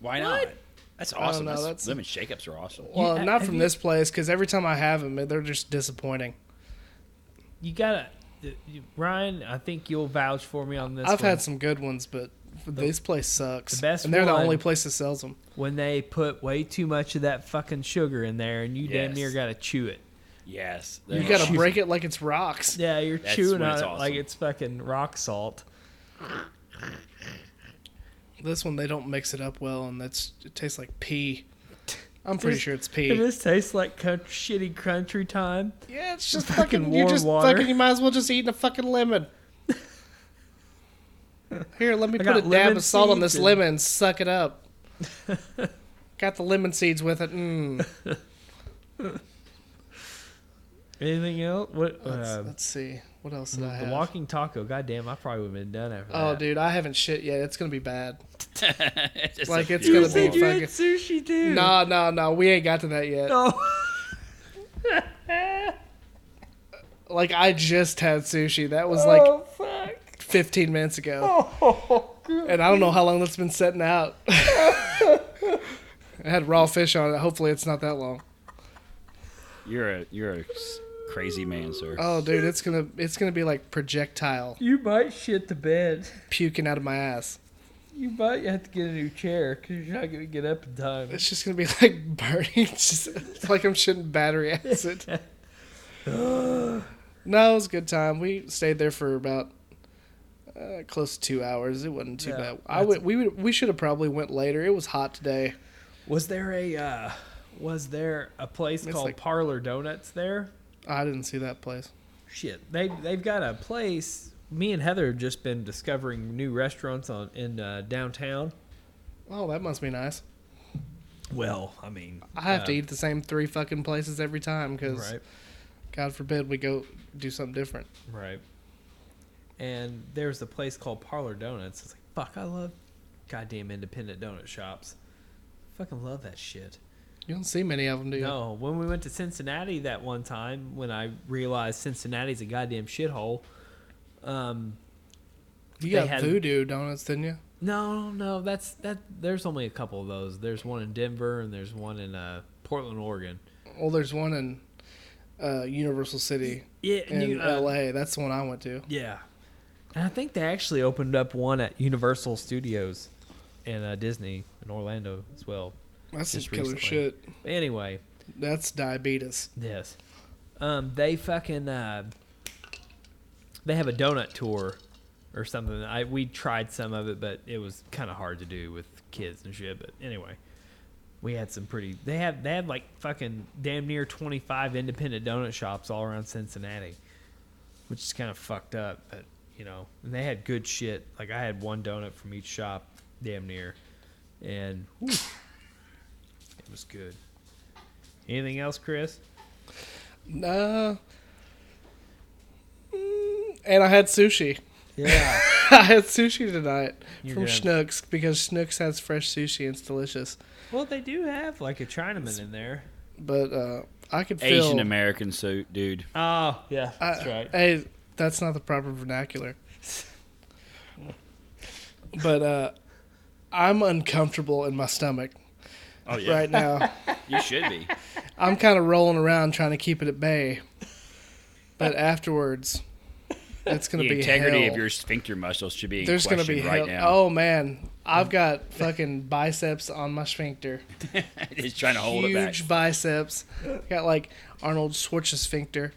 Speaker 2: Why
Speaker 1: What?
Speaker 2: not? That's
Speaker 3: don't
Speaker 2: awesome.
Speaker 3: know,
Speaker 2: That's,
Speaker 3: that's-
Speaker 2: lemon shakeups are awesome.
Speaker 1: You-
Speaker 3: Well,
Speaker 1: ha-
Speaker 3: not
Speaker 1: have
Speaker 3: from
Speaker 1: you-
Speaker 3: this place because every time I have them, they're just disappointing.
Speaker 1: You gotta, uh, you, Ryan. I think you'll vouch for me on this.
Speaker 3: I've
Speaker 1: one.
Speaker 3: had some good ones, but this place sucks.
Speaker 1: the best
Speaker 3: and they're the
Speaker 1: one-
Speaker 3: only place that sells them.
Speaker 1: when they put way too much of that fucking sugar in there, and you damn
Speaker 2: Yes.
Speaker 1: near gotta chew it.
Speaker 2: Yes.
Speaker 3: You
Speaker 2: they're
Speaker 3: gotta
Speaker 2: awesome.
Speaker 3: break it like it's rocks.
Speaker 1: Yeah, you're
Speaker 2: That's
Speaker 1: chewing
Speaker 2: when
Speaker 1: on
Speaker 2: it's
Speaker 1: it
Speaker 2: awesome.
Speaker 1: like it's fucking rock salt.
Speaker 3: This one they don't mix it up well, and that's it tastes
Speaker 1: [LAUGHS]
Speaker 3: like pee. I'm pretty
Speaker 1: This-
Speaker 3: sure it's
Speaker 1: It
Speaker 3: pee.
Speaker 1: just tastes like co- shitty country time.
Speaker 3: Yeah, it's just
Speaker 1: fucking
Speaker 3: fucking. You
Speaker 1: warm
Speaker 3: just
Speaker 1: water.
Speaker 3: fucking. You might as well just eat a fucking [LAUGHS] lemon. Here, let me
Speaker 1: I
Speaker 3: put a
Speaker 1: got
Speaker 3: dab
Speaker 1: lemon
Speaker 3: of salt on
Speaker 1: seeds
Speaker 3: this
Speaker 1: and-
Speaker 3: lemon and suck
Speaker 1: [LAUGHS]
Speaker 3: it up. Got the lemon seeds with it.
Speaker 1: [LAUGHS]
Speaker 3: Mm.
Speaker 1: Anything else? What?
Speaker 3: Let's,
Speaker 1: uh,
Speaker 3: let's see. What else did I
Speaker 1: the
Speaker 3: have?
Speaker 1: walking taco. Goddamn, I probably would have been done after
Speaker 3: oh,
Speaker 1: that.
Speaker 3: dude, I haven't shit yet. It's gonna be bad.
Speaker 2: [LAUGHS] It's just
Speaker 3: Like,
Speaker 2: a
Speaker 3: it's
Speaker 2: few
Speaker 3: gonna
Speaker 1: You
Speaker 2: of
Speaker 3: be
Speaker 2: them.
Speaker 1: said you had
Speaker 3: fucking-
Speaker 1: sushi too.
Speaker 3: No, no, no. We ain't got to that yet. [LAUGHS]
Speaker 1: Oh.
Speaker 3: Like I just had sushi. That was like
Speaker 1: oh fuck.
Speaker 3: 15 minutes ago,
Speaker 1: Oh, God.
Speaker 3: and I don't know how long that's been setting out. [LAUGHS] it had raw fish on it. Hopefully, it's not that long.
Speaker 2: You're a you're a s- crazy man, sir.
Speaker 3: Oh, dude, it's gonna it's gonna be like projectile
Speaker 1: You might shit the bed.
Speaker 3: puking out of my ass.
Speaker 1: You might have to get a new chair because you're not gonna get up in time.
Speaker 3: It's just gonna be [LAUGHS] like burning. It's just it's like I'm shitting battery [LAUGHS] acid. [SIGHS] no, it was a good time. We stayed there for about uh, close to two hours. It wasn't too
Speaker 1: Yeah,
Speaker 3: bad. I
Speaker 1: that's-
Speaker 3: would we would we should have probably went later. It was hot today.
Speaker 1: Was there a uh, was there a place
Speaker 3: It's
Speaker 1: called
Speaker 3: like-
Speaker 1: Parlor Donuts there?
Speaker 3: I didn't see that place.
Speaker 1: Shit, they they've got a place. Me and Heather have just been discovering new restaurants on in uh, downtown.
Speaker 3: Oh, that must be nice.
Speaker 1: Well, I mean,
Speaker 3: I have to
Speaker 1: uh,
Speaker 3: eat the same three fucking places every time because
Speaker 1: right,
Speaker 3: God forbid we go do something different.
Speaker 1: right. And there's a place called Parlor Donuts. It's like fuck, I love goddamn independent donut shops. Fucking love that shit.
Speaker 3: You don't see many of them, do you?
Speaker 1: No, when we went to Cincinnati that one time, when I realized Cincinnati's a goddamn shithole. Um,
Speaker 3: You
Speaker 1: They
Speaker 3: got
Speaker 1: had-
Speaker 3: voodoo donuts, didn't you?
Speaker 1: no, no, no, that's that. There's only a couple of those. There's one in Denver and there's one in uh, Portland, Oregon.
Speaker 3: Well, there's one in uh, Universal City
Speaker 1: Yeah,
Speaker 3: in
Speaker 1: you- uh,
Speaker 3: L.A. That's the one I went to.
Speaker 1: yeah. And I think they actually opened up one at Universal Studios and uh, Disney in Orlando as well.
Speaker 3: That's some
Speaker 1: Just
Speaker 3: killer
Speaker 1: recently.
Speaker 3: shit.
Speaker 1: But anyway,
Speaker 3: That's diabetes.
Speaker 1: Yes. Um, they fucking uh, they have a donut tour or something. I we tried some of it, but it was kind of hard to do with kids and shit. But anyway, we had some pretty. They have they have like fucking damn near twenty five independent donut shops all around Cincinnati, which is kind of fucked up. But you know, and they had good shit. Like I had one donut from each shop, damn near, and whew, it was good. Anything else, Chris?
Speaker 3: Nah. Mm, And I had sushi. [LAUGHS]
Speaker 1: [LAUGHS] Yeah.
Speaker 3: I had sushi tonight
Speaker 1: You
Speaker 3: from
Speaker 1: did.
Speaker 3: Schnucks because Schnucks has fresh sushi and it's delicious.
Speaker 1: well, they do have like a Chinaman in there.
Speaker 3: But uh, I could feel
Speaker 2: Asian American suit, dude.
Speaker 1: Oh, yeah,
Speaker 3: I- Hey, that's not the proper vernacular. but uh, I'm uncomfortable in my stomach
Speaker 2: Oh yeah, [LAUGHS]
Speaker 3: right now.
Speaker 2: you should be.
Speaker 3: I'm kind of rolling around trying to keep it at bay. But afterwards, it's going to
Speaker 2: the
Speaker 3: be
Speaker 2: integrity
Speaker 3: hell.
Speaker 2: of your sphincter muscles should be in
Speaker 3: There's
Speaker 2: going
Speaker 3: gonna
Speaker 2: to
Speaker 3: be
Speaker 2: right
Speaker 3: hell.
Speaker 2: now. Mm.
Speaker 3: Oh man, I've got fucking biceps on my sphincter.
Speaker 2: [LAUGHS] He's trying to hold it back. Oh,
Speaker 3: [LAUGHS] Huge biceps. Got like Arnold
Speaker 2: [LAUGHS]
Speaker 3: Schwarzenegger sphincter.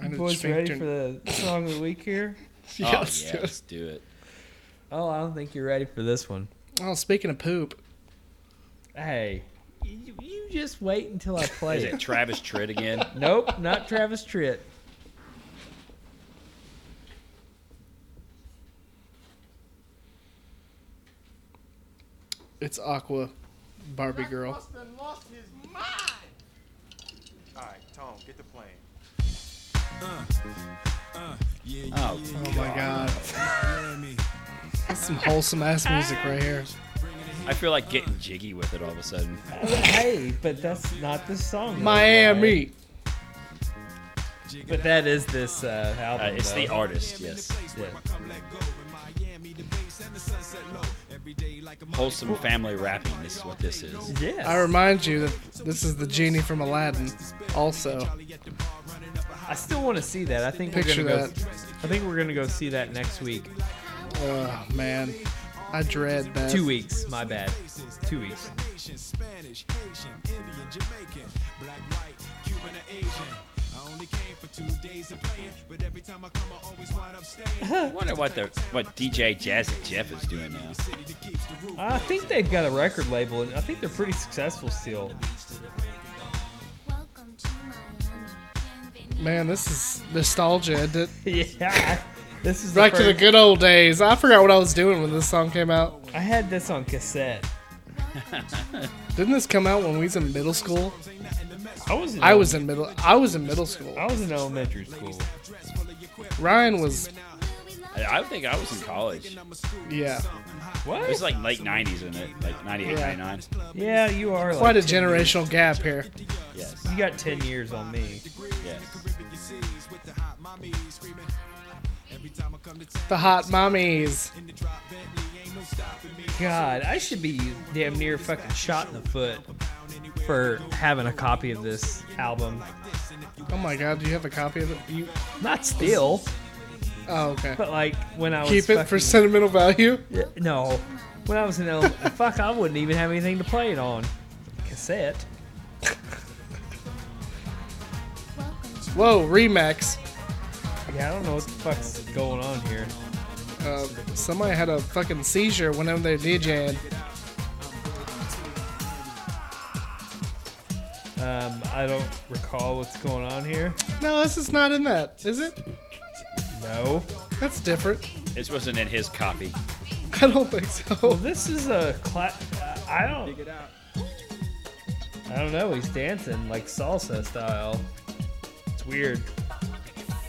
Speaker 3: Arnold
Speaker 1: Boys, ready
Speaker 3: sphincter.
Speaker 1: for the song of the week here?
Speaker 3: Yes,
Speaker 2: oh, yeah,
Speaker 3: dude.
Speaker 2: let's do it.
Speaker 1: Oh, I don't think you're ready for this one.
Speaker 3: Oh, speaking of poop,
Speaker 1: Hey, you, you just wait until I play
Speaker 2: Is it
Speaker 1: it.
Speaker 2: Travis Tritt again?
Speaker 1: nope, not Travis Tritt.
Speaker 3: it's Aqua Barbie girl.
Speaker 4: Must have lost his mind. All right, Tom, get the plane.
Speaker 2: Oh,
Speaker 3: Oh my god. That's some wholesome ass music right here.
Speaker 5: Bringing it
Speaker 2: I feel like getting jiggy with it all of a sudden. Uh,
Speaker 1: hey, but that's not the song. though, Wyatt.
Speaker 3: Miami.
Speaker 1: But that is this uh, album.
Speaker 2: Uh, it's the
Speaker 1: though.
Speaker 2: artist, yes. Wholesome family rapping. This is what this is.
Speaker 1: Yes.
Speaker 3: I remind you that this is the genie from Aladdin. Also,
Speaker 1: I still want to see that. I think we're
Speaker 3: Picture
Speaker 1: gonna go. I think we're gonna go see that next week.
Speaker 3: oh man, I dread that.
Speaker 1: Two weeks. My bad. Two weeks.
Speaker 5: Spanish, Haitian, Indian, Jamaican, black, white, Cuban, or Asian. I only came for two days of playing, but every time I come, I always wind
Speaker 2: [LAUGHS]
Speaker 5: up staying.
Speaker 2: I wonder what the what DJ Jazzy Jeff is doing now.
Speaker 1: I think they've got a record label, and I think they're pretty successful
Speaker 3: [LAUGHS]
Speaker 1: still.
Speaker 3: Man, this is nostalgia. Did-
Speaker 1: yeah. This is
Speaker 3: Back to the
Speaker 1: first-
Speaker 3: good old days. I forgot what I was doing when this song came out.
Speaker 1: I had this on cassette.
Speaker 3: Didn't this come out when we was in middle school?
Speaker 1: I was. In
Speaker 3: I was in middle. I was in middle school.
Speaker 1: I was in elementary school.
Speaker 3: Ryan was.
Speaker 2: I, I think I was in college.
Speaker 3: Yeah.
Speaker 1: What?
Speaker 2: It was like late 90s, in it? Like 98,
Speaker 3: Yeah.
Speaker 2: 99.
Speaker 1: yeah, you are.
Speaker 3: Quite a
Speaker 1: like 10 years.
Speaker 3: generational gap here.
Speaker 2: Yes.
Speaker 1: You got ten years on me.
Speaker 2: Yes.
Speaker 3: The hot mommies.
Speaker 1: God, I should be damn near fucking shot in the foot for having a copy of this album.
Speaker 3: Oh my God, do you have a copy of it? You,
Speaker 1: Not still,
Speaker 3: oh okay.
Speaker 1: but like when I was
Speaker 3: Keep it for
Speaker 1: fucking-
Speaker 3: sentimental value.
Speaker 1: No, when I was in
Speaker 3: [LAUGHS]
Speaker 1: ele- fuck, I wouldn't even have anything to play it on. Cassette.
Speaker 3: Whoa, Remax.
Speaker 1: Yeah, I don't know what the fuck's going on here.
Speaker 3: Uh, somebody had a fucking seizure whenever they're DJing.
Speaker 1: Um, I don't recall what's going on here.
Speaker 3: No, this is not in that, is it?
Speaker 1: No.
Speaker 3: That's different. [LAUGHS]
Speaker 2: This wasn't in his copy.
Speaker 3: I don't think
Speaker 1: Well,
Speaker 3: so.
Speaker 1: this is a cla- uh, I don't. I don't know. He's dancing like salsa style. It's weird.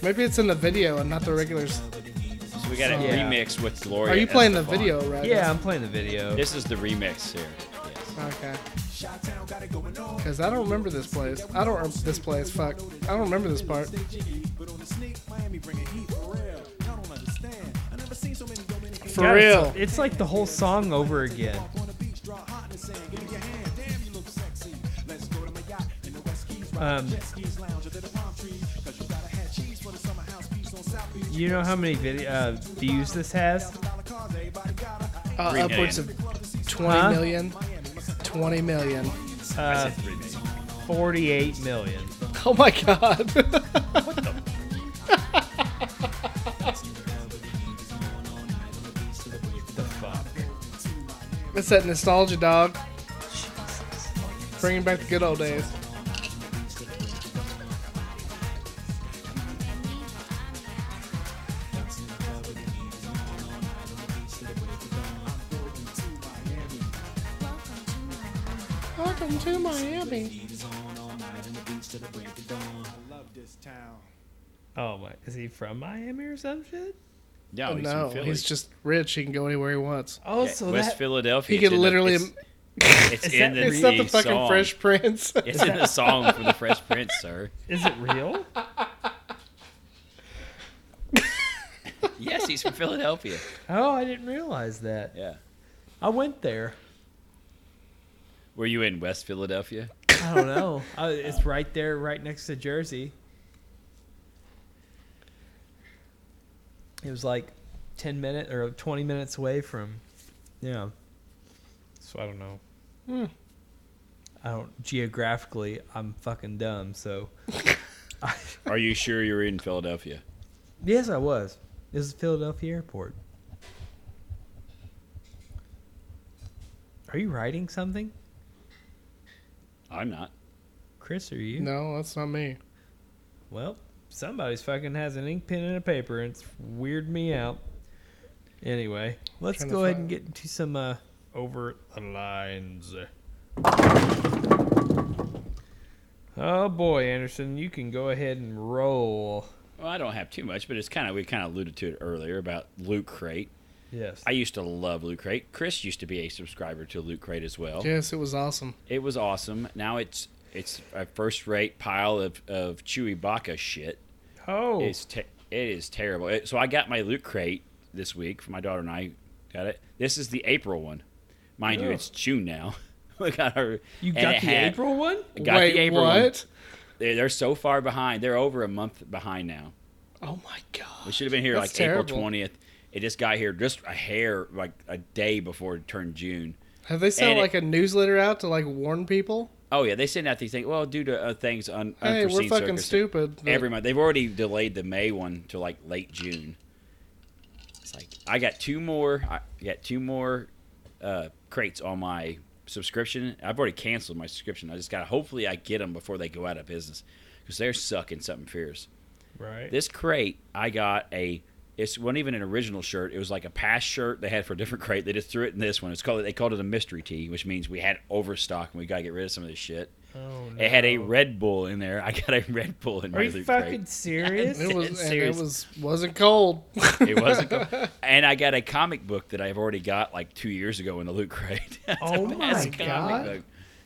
Speaker 3: Maybe it's in the video and not the regulars.
Speaker 2: So we got a
Speaker 1: Yeah.
Speaker 2: remix with Gloria.
Speaker 3: Are you playing the
Speaker 2: Estefan.
Speaker 3: video, right?
Speaker 1: Yeah, I'm playing the video.
Speaker 2: This is the remix here. Yes.
Speaker 3: Okay. Cause I don't remember this place. I don't rem- this place. Fuck. I don't remember this part. For
Speaker 1: God,
Speaker 3: real.
Speaker 1: It's, it's like the whole song over again. Um, you know how many video uh, views this has?
Speaker 3: Uh,
Speaker 2: Three
Speaker 3: upwards of
Speaker 2: million.
Speaker 3: 20
Speaker 1: Huh?
Speaker 3: million. 20 million.
Speaker 1: Uh,
Speaker 2: It's remix.
Speaker 1: 48 million.
Speaker 3: Oh my god.
Speaker 1: The fuck?
Speaker 3: it's that nostalgia, dog. Bringing back the good old days. Welcome to Miami.
Speaker 1: Oh my! Is he from Miami or some shit?
Speaker 2: No,
Speaker 3: Oh,
Speaker 2: he's
Speaker 3: no,
Speaker 2: from Philly.
Speaker 3: he's just rich. He can go anywhere he wants.
Speaker 1: Oh,
Speaker 2: Yeah,
Speaker 1: so
Speaker 2: West
Speaker 1: that
Speaker 2: Philadelphia.
Speaker 3: He
Speaker 2: it's
Speaker 3: could
Speaker 2: in the-
Speaker 3: literally. [LAUGHS]
Speaker 2: it's- It's,
Speaker 1: Is
Speaker 2: in
Speaker 1: that-
Speaker 2: the,
Speaker 3: It's not the fucking
Speaker 2: song. [LAUGHS]
Speaker 3: Fresh Prince.
Speaker 2: It's in the song from the Fresh Prince, sir.
Speaker 1: is it
Speaker 3: [LAUGHS]
Speaker 1: real?
Speaker 2: Yes, he's from Philadelphia.
Speaker 1: Oh, I didn't realize that.
Speaker 2: [LAUGHS] Yeah.
Speaker 1: I went there.
Speaker 2: Were you in West Philadelphia?
Speaker 1: I don't know. I, it's right there, right next to Jersey. It was like ten minutes or twenty minutes away from, yeah. So I don't know. Hmm. I don't geographically. I'm fucking dumb. So
Speaker 2: Are you sure you were in Philadelphia?
Speaker 1: yes, I was. It was Philadelphia Airport. Are you writing something,
Speaker 2: I'm not.
Speaker 1: Chris? Are you?
Speaker 3: no, that's not me.
Speaker 1: Well, somebody's fucking has an ink pen and a paper, and it's weird me out. Anyway, let's
Speaker 3: Trying to
Speaker 1: go ahead
Speaker 3: find-
Speaker 1: and get into some uh, over the lines. Oh boy, Anderson, you can go ahead and roll.
Speaker 2: Well, I don't have too much, but it's kind of we kind of alluded to it earlier about Loot Crate.
Speaker 1: Yes.
Speaker 2: I used to love Loot Crate. Chris used to be a subscriber to Loot Crate as well.
Speaker 3: Yes, it was awesome.
Speaker 2: It was awesome. Now it's it's a first rate pile of, of chewy baka shit.
Speaker 1: oh.
Speaker 2: It's te- it is terrible. It- so I got my Loot Crate this week for my daughter and I got it. This is the April one, mind you.
Speaker 1: Ugh.
Speaker 2: It's June now. [LAUGHS] we got our
Speaker 1: you
Speaker 2: and
Speaker 1: got
Speaker 2: it
Speaker 1: the
Speaker 2: had-
Speaker 1: April one?
Speaker 2: I got
Speaker 3: Wait,
Speaker 2: the April one.
Speaker 3: what?
Speaker 2: They- They're so far behind. They're over a month behind now.
Speaker 3: Oh my
Speaker 2: We
Speaker 3: god.
Speaker 2: should have been here
Speaker 3: That's
Speaker 2: like April
Speaker 3: terrible.
Speaker 2: twentieth. It just got here just a hair like a day before it turned June.
Speaker 3: Have they sent
Speaker 2: And it-
Speaker 3: like a newsletter out to like
Speaker 2: [LAUGHS]
Speaker 3: warn people?
Speaker 2: Oh yeah, they send out these things. Well, due to uh, things un-
Speaker 3: Hey,
Speaker 2: unforeseen
Speaker 3: we're fucking
Speaker 2: circumstances.
Speaker 3: stupid. but-
Speaker 2: Every month they've already delayed the May one to like late June. It's like I got two more. I got two more uh, crates on my subscription. I've already canceled my subscription. I just got. to Hopefully, I get them before they go out of business because they're sucking something fierce.
Speaker 1: Right.
Speaker 2: This crate, I got a. It wasn't even an original shirt. It was like a past shirt they had for a different crate. They just threw it in this one. It's called. They called it a mystery tee, which means we had overstock and we got to get rid of some of this shit.
Speaker 1: oh,
Speaker 2: It had a
Speaker 1: no.
Speaker 2: Red Bull in there. I got a Red Bull in my
Speaker 1: Are you
Speaker 2: loot
Speaker 1: fucking serious?
Speaker 3: [LAUGHS] It was and it
Speaker 2: Serious.
Speaker 3: was wasn't
Speaker 2: [LAUGHS]
Speaker 3: cold.
Speaker 2: crate. It
Speaker 1: [LAUGHS]
Speaker 2: wasn't. Go- and I got a comic book that I've already got like two years ago in the loot crate. [LAUGHS] It's a
Speaker 1: Oh my
Speaker 2: massive
Speaker 3: God.
Speaker 2: book.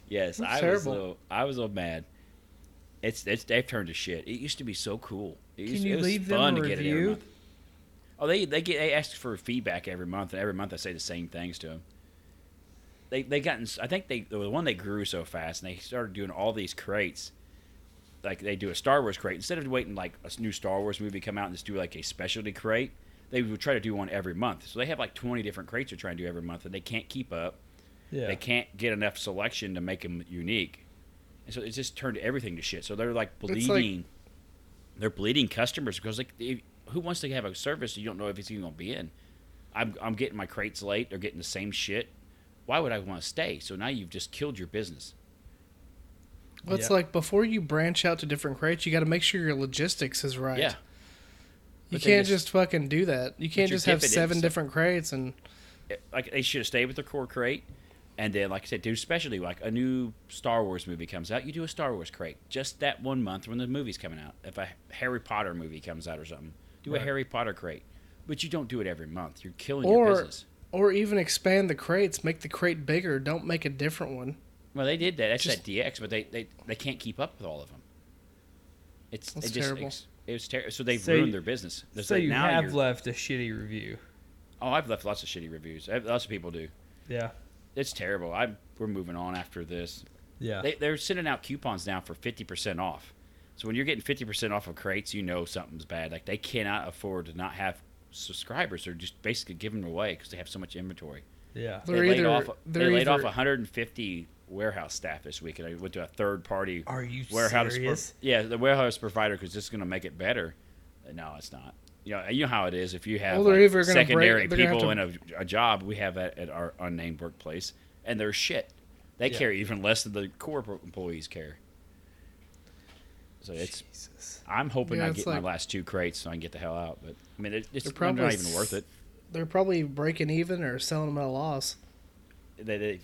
Speaker 2: Yes,
Speaker 3: That's
Speaker 2: I was. A
Speaker 3: terrible.
Speaker 2: little, I was a little mad. It's it's they've turned to shit. It used to be so cool. It used,
Speaker 1: you
Speaker 2: it was
Speaker 1: leave them a
Speaker 2: fun to get it every
Speaker 1: review?
Speaker 2: month. Oh, they they get they ask for feedback every month, and every month I say the same things to them. They they gotten s- I think they the one they grew so fast, and they started doing all these crates. Like they do a Star Wars crate instead of waiting like a s- new Star Wars movie come out and just do like a specialty crate. They would try to do one every month. So they have like twenty different crates they're trying to do every month, and they can't keep up.
Speaker 1: yeah.
Speaker 2: They can't get enough selection to make them unique, and so it just turned everything to shit. So they're like
Speaker 3: like-
Speaker 2: bleeding. they're bleeding customers because like, if, who wants to have a service you don't know if it's even gonna be in? I'm I'm getting my crates late. They're getting the same shit. Why would I want to stay? So now you've just killed your business.
Speaker 3: Well, it's
Speaker 1: Yeah.
Speaker 3: like before you branch out to different crates, you got to make sure your logistics is right.
Speaker 2: Yeah,
Speaker 3: you
Speaker 2: But they
Speaker 3: can't
Speaker 2: just-
Speaker 3: just, fucking do that. You can't
Speaker 2: you're
Speaker 3: just have
Speaker 2: dipping in
Speaker 3: seven
Speaker 2: stuff.
Speaker 3: different crates and
Speaker 2: It- like they should have stayed with their core crate, and then like I said, do specialty. Like a new Star Wars movie comes out, you do a Star Wars crate just that one month when the movie's coming out. If a Harry Potter movie comes out or something, do a
Speaker 1: Right.
Speaker 2: Harry Potter crate. But you don't do it every month. You're killing your
Speaker 3: or
Speaker 2: business.
Speaker 3: or even expand the crates, make the crate bigger. Don't make a different one.
Speaker 2: Well, they did that. That's
Speaker 3: Just-
Speaker 2: that DX, but they, they they can't keep up with all of them. It's
Speaker 3: That's
Speaker 2: it just,
Speaker 3: terrible.
Speaker 2: It's, it was terrible. So they've
Speaker 1: So
Speaker 2: ruined
Speaker 1: you-
Speaker 2: their business. There's
Speaker 1: so
Speaker 2: like
Speaker 1: you
Speaker 2: now
Speaker 1: have
Speaker 2: you're-
Speaker 1: left a shitty review.
Speaker 2: oh, I've left lots of shitty reviews. I- Lots of people do.
Speaker 1: Yeah.
Speaker 2: It's terrible. I we're moving on after this.
Speaker 1: Yeah.
Speaker 2: They, they're sending out coupons now for 50% off. So when you're getting 50% off of crates, you know something's bad. Like they cannot afford to not have subscribers. They're just basically giving them away because they have so much inventory.
Speaker 1: yeah.
Speaker 3: They're
Speaker 2: they laid
Speaker 3: either-
Speaker 2: off they
Speaker 3: they're
Speaker 2: laid off
Speaker 3: either-
Speaker 2: 150 warehouse staff this week, and I went to a third party
Speaker 1: Are you
Speaker 2: warehouse. pro-
Speaker 1: serious?
Speaker 2: yeah, the warehouse provider because this is going to make it better. Uh, No, it's not. You know, you know how it is. If you have
Speaker 3: Well, they're
Speaker 2: like,
Speaker 3: either gonna break-
Speaker 2: secondary
Speaker 3: they're gonna
Speaker 2: people in
Speaker 3: have
Speaker 2: a, a job, we have at, at our unnamed workplace, and they're shit. They
Speaker 1: Yeah.
Speaker 2: carry even less than the core pro- employees care. So it's.
Speaker 1: Jesus.
Speaker 2: I'm hoping
Speaker 3: Yeah,
Speaker 2: I
Speaker 3: it's
Speaker 2: get
Speaker 3: like-
Speaker 2: my last two crates so I can get the hell out. But I mean, it, it's
Speaker 3: They're
Speaker 2: probably
Speaker 3: probably
Speaker 2: not even worth
Speaker 3: s-
Speaker 2: it.
Speaker 3: They're probably breaking even or selling them at a loss.
Speaker 2: they, they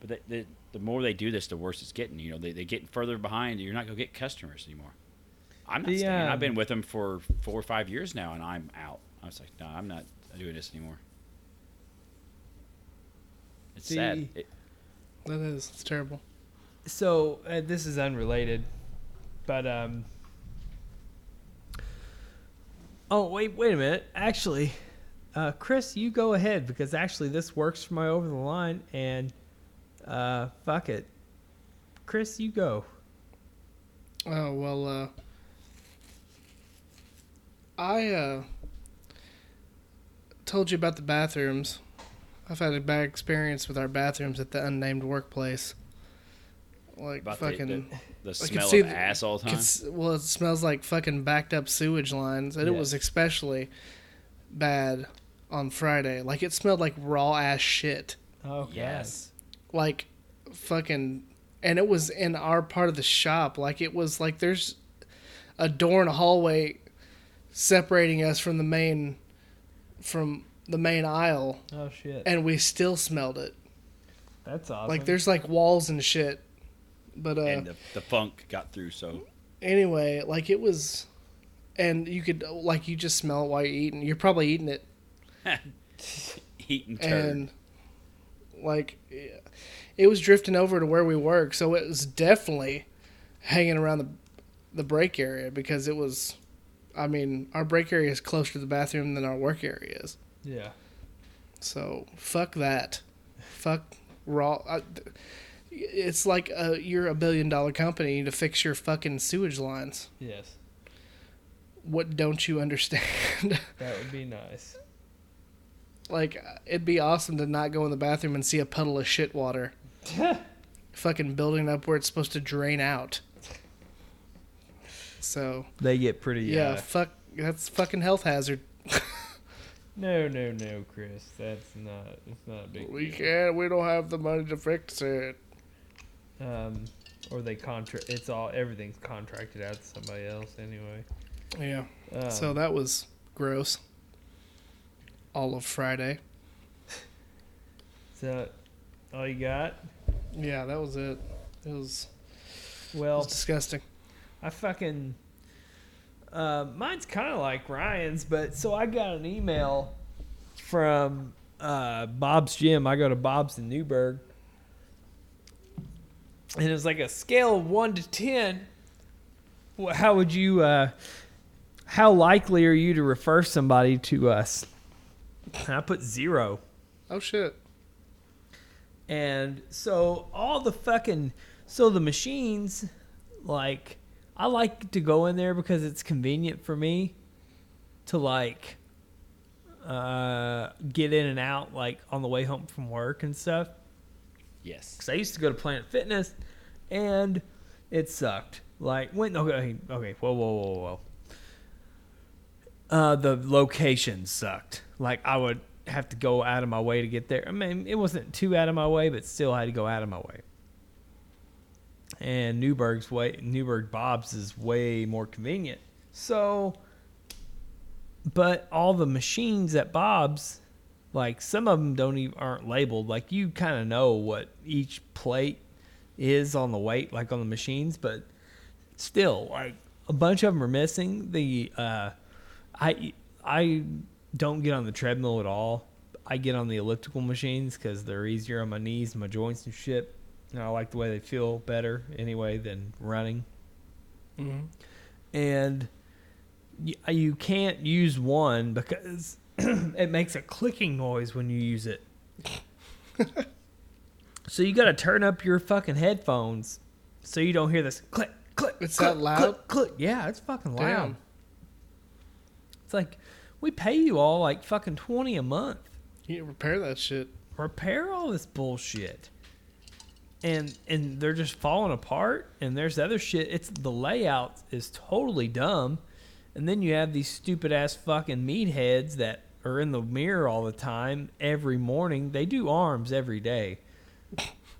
Speaker 2: but they, they, the more they do this, the worse it's getting. You know, they, they're getting further behind. You're not going to get customers anymore. I'm not
Speaker 1: The,
Speaker 2: staying. I've
Speaker 1: um,
Speaker 2: been with them for four or five years now, and I'm out. I was like, no, I'm not doing this anymore. It's sad.
Speaker 1: The-
Speaker 2: It-
Speaker 3: That is, it's terrible.
Speaker 1: So uh, this is unrelated, but um. Oh wait, wait a minute. Actually, uh, Chris, you go ahead because actually this works for my over the line and, uh, fuck it. Chris, you go.
Speaker 3: Oh well, uh, I uh, told you about the bathrooms. I've had a bad experience with our bathrooms at the unnamed workplace. Like
Speaker 2: about the-
Speaker 3: fucking,
Speaker 2: the, the
Speaker 3: I could
Speaker 2: smell
Speaker 3: see
Speaker 2: of
Speaker 3: the-
Speaker 2: ass all the time.
Speaker 3: It's- well, it smells like fucking backed up sewage lines, and it
Speaker 1: Yeah.
Speaker 3: was especially bad on Friday. Like it smelled like raw ass shit,
Speaker 1: Oh God.
Speaker 2: Yes.
Speaker 3: like fucking, and it was in our part of the shop. Like it was like there's a door and a hallway separating us from the main from the main aisle,
Speaker 1: Oh shit.
Speaker 3: and we still smelled it.
Speaker 1: That's awesome.
Speaker 3: Like there's like walls and shit, but uh,
Speaker 2: and the, the funk got through, so
Speaker 3: anyway, like it was, and you could like you just smell it while you're eating. You're probably eating it.
Speaker 2: eating turd.
Speaker 3: and like yeah, it was drifting over to where we work, so it was definitely hanging around the the break area because it was. I mean, our break area is closer to the bathroom than our work area is.
Speaker 1: Yeah.
Speaker 3: So fuck that. Fuck raw. I, it's like uh you're a billion dollar company you need to fix your fucking sewage lines.
Speaker 1: Yes.
Speaker 3: What don't you understand? [LAUGHS]
Speaker 1: That would be nice.
Speaker 3: like it'd be awesome to not go in the bathroom and see a puddle of shit water fucking building up where it's supposed to drain out so
Speaker 1: They get pretty.
Speaker 3: yeah,
Speaker 1: uh,
Speaker 3: fuck that's fucking health hazard
Speaker 1: no, no, no, Chris. That's not. It's not a big
Speaker 3: we
Speaker 1: deal.
Speaker 3: can't we don't have the money to fix it
Speaker 1: Um, or they contract. It's all everything's contracted out to somebody else anyway.
Speaker 3: yeah
Speaker 1: Um,
Speaker 3: so that was gross all of friday
Speaker 1: so all you got?
Speaker 3: yeah that was it it was, it was
Speaker 1: Well,
Speaker 3: disgusting
Speaker 1: I fucking. Uh, mine's kind of like Ryan's, but so I got an email from uh, Bob's Gym. I go to Bob's in Newburgh. And it was like a scale of 1 to 10. wh- How would you, uh, how likely are you to refer somebody to us? And I put zero.
Speaker 3: oh shit
Speaker 1: And so all the fucking so the machines like I like to go in there because it's convenient for me to like uh get in and out like on the way home from work and stuff
Speaker 2: yes.
Speaker 1: cuz I used to go to Planet Fitness and it sucked. Like went okay okay whoa whoa whoa whoa. Uh the location sucked. Like I would have to go out of my way to get there. I mean it wasn't too out of my way but still I had to go out of my way. And Newberg's way Newberg Bob's is way more convenient. So but all the machines at Bob's like some of them don't even aren't labeled like you kind of know what each plate is on the weight like on the machines but still like a bunch of them are missing the uh i i don't get on the treadmill at all i get on the elliptical machines because they're easier on my knees my joints and shit and i like the way they feel better anyway than running and you, you can't use one because [CLEARS THROAT] it makes a clicking noise when you use
Speaker 3: [LAUGHS]
Speaker 1: it. so you got to turn up your fucking headphones so you don't hear this click, click.
Speaker 3: It's
Speaker 1: click,
Speaker 3: that loud?
Speaker 1: Click, click. Yeah, it's fucking loud.
Speaker 3: Damn.
Speaker 1: It's like we pay you all like fucking twenty a month.
Speaker 3: you need to repair that shit
Speaker 1: Repair all this bullshit. And and they're just falling apart and there's other shit. It's the layout is totally dumb. And then you have these stupid ass fucking meatheads that are in the mirror all the time every morning. They do arms every day.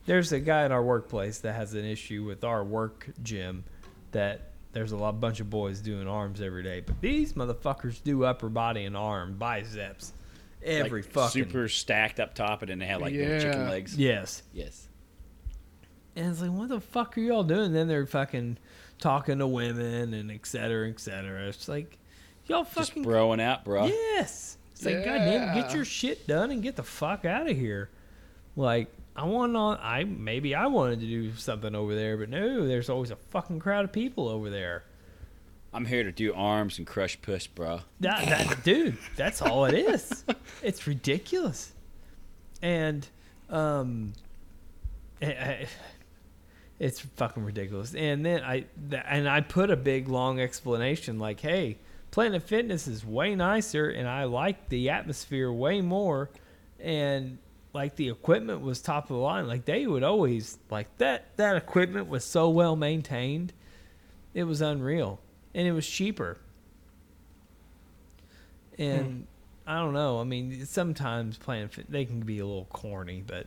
Speaker 1: There's a guy at our workplace that has an issue with our work gym that there's a lot, bunch of boys doing arms every day. But these motherfuckers do upper body and arm, biceps, every
Speaker 2: Like,
Speaker 1: fucking
Speaker 2: super stacked up top, and then they have like little chicken
Speaker 3: Yeah.
Speaker 2: legs.
Speaker 1: Yes.
Speaker 2: Yes.
Speaker 1: And it's like, what the fuck are y'all doing? Then they're fucking talking to women and et cetera, et cetera. It's like, y'all
Speaker 2: Just
Speaker 1: fucking.
Speaker 2: broing out, bro.
Speaker 1: Yes. It's like, goddamn, get
Speaker 3: Yeah.
Speaker 1: your shit done and get the fuck out of here. Like, I want on. I maybe I wanted to do something over there, but no, there's always a fucking crowd of people over there.
Speaker 2: I'm here to do arms and crush puss, bro.
Speaker 1: That, that dude, that's all it is. It's ridiculous. And um I- I- it's fucking ridiculous. And then I th- and I put a big long explanation like, "Hey, Planet Fitness is way nicer and I like the atmosphere way more and like the equipment was top of the line. Like they would always like that that equipment was so well maintained. It was unreal. And it was cheaper
Speaker 2: Hmm.
Speaker 1: and I don't know. I mean, sometimes Planet Fit they can be a little corny, but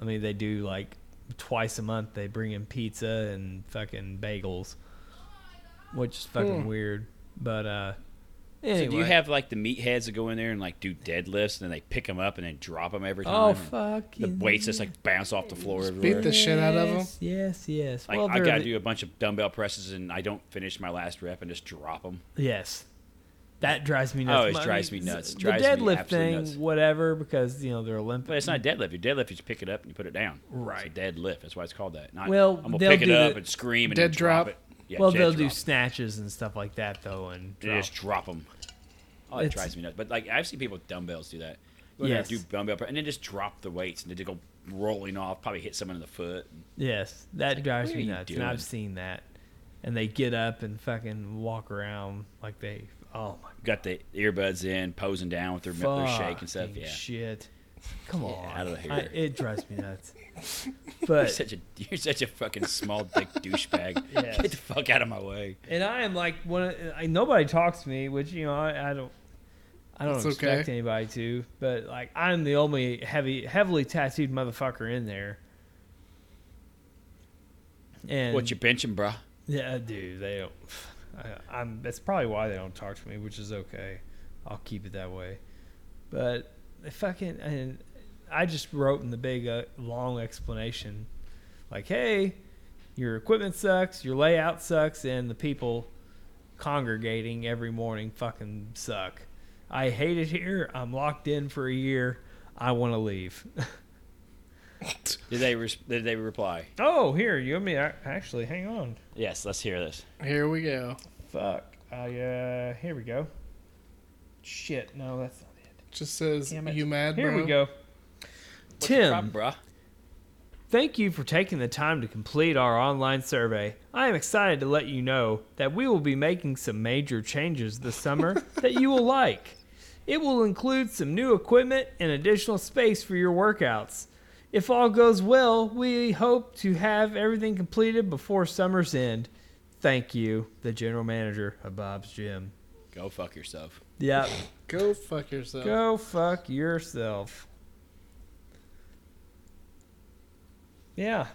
Speaker 1: I mean they do like twice a month they bring in pizza and fucking bagels, which is fucking
Speaker 3: Hmm.
Speaker 1: weird. But uh, anyway,
Speaker 2: So do you have like the meatheads that go in there and like do deadlifts, and then they pick them up and then drop them every time?
Speaker 1: oh
Speaker 2: and
Speaker 1: fuck
Speaker 2: The weights just like bounce off the floor everywhere.
Speaker 3: beat the shit out of them
Speaker 1: Yes, yes.
Speaker 2: Like
Speaker 1: well,
Speaker 2: I
Speaker 1: they're
Speaker 2: gotta
Speaker 1: the-
Speaker 2: do a bunch of dumbbell presses and I don't finish my last rep and just drop them.
Speaker 1: Yes. That drives me nuts.
Speaker 2: Oh, it
Speaker 1: My-
Speaker 2: drives me
Speaker 1: s-
Speaker 2: nuts.
Speaker 1: The
Speaker 2: Drives me
Speaker 1: deadlift
Speaker 2: absolutely
Speaker 1: thing,
Speaker 2: nuts.
Speaker 1: whatever, because you know they're Olympic.
Speaker 2: But it's not a deadlift. Your deadlift, you just pick it up and you put it down.
Speaker 1: Right.
Speaker 2: It's a dead lift. That's why it's called that. Not,
Speaker 1: Well,
Speaker 2: I'm gonna
Speaker 1: they'll
Speaker 2: pick it
Speaker 1: do
Speaker 2: up
Speaker 1: the-
Speaker 2: and scream and
Speaker 3: Dead
Speaker 2: then drop.
Speaker 3: drop.
Speaker 2: it. Yeah,
Speaker 1: well,
Speaker 2: dead
Speaker 1: they'll do
Speaker 2: drop.
Speaker 1: snatches and stuff like that though, and
Speaker 2: They
Speaker 1: drop.
Speaker 2: just drop them. Oh, that
Speaker 1: It's-
Speaker 2: drives me nuts. But like I've seen people with dumbbells do that. Go in there and
Speaker 1: Yes.
Speaker 2: do dumbbell press and then just drop the weights and they just go rolling off. Probably hit someone in the foot.
Speaker 1: yes, that
Speaker 2: Like,
Speaker 1: drives
Speaker 2: what
Speaker 1: me
Speaker 2: are you
Speaker 1: nuts. And
Speaker 2: doing?
Speaker 1: I've seen that, and they get up and fucking walk around like they. Oh my
Speaker 2: Got the earbuds in, posing down with their, their shake and stuff.
Speaker 1: fucking
Speaker 2: Yeah.
Speaker 1: shit. Come on,
Speaker 2: out of here.
Speaker 1: I- it drives me
Speaker 2: [LAUGHS]
Speaker 1: nuts.
Speaker 2: You're
Speaker 1: But
Speaker 2: such a you're such a fucking small
Speaker 1: [LAUGHS]
Speaker 2: dick douchebag.
Speaker 1: Yes.
Speaker 2: Get the fuck out of my way.
Speaker 1: and I am like one. Of, I, nobody talks to me, which you know I, I don't. I don't
Speaker 3: That's okay.
Speaker 1: expect anybody to, but like I'm the only heavy, heavily tattooed motherfucker in there. And
Speaker 2: What you benching, bruh?
Speaker 1: Yeah, dude, they don't. [SIGHS] I, I'm. That's probably why they don't talk to me, which is okay. I'll keep it that way. But they fucking and I just wrote in the big uh, long explanation, like, "Hey, your equipment sucks, your layout sucks, and the people congregating every morning fucking suck. I hate it here. I'm locked in for a year. I want to leave." [LAUGHS]
Speaker 2: Did they res- did they reply?
Speaker 1: oh, here you and me. I, actually, hang on.
Speaker 2: Yes. Let's hear this.
Speaker 3: Here we go.
Speaker 1: Fuck. I, uh, here we go. Shit, no, that's not it.
Speaker 3: Just says
Speaker 1: Damn it.
Speaker 3: you mad,
Speaker 1: Here
Speaker 3: bro.
Speaker 1: we go.
Speaker 2: What's the
Speaker 1: Tim,
Speaker 2: problem, bruh?
Speaker 1: thank you for taking the time to complete our online survey. I am excited to let you know that we will be making some major changes this
Speaker 2: [LAUGHS]
Speaker 1: summer that you will like. It will include some new equipment and additional space for your workouts. If all goes well, we hope to have everything completed before summer's end. Thank you, the general manager of Bob's Gym.
Speaker 2: Go fuck yourself.
Speaker 1: Yep.
Speaker 3: Go fuck yourself.
Speaker 1: Go fuck yourself. Yeah.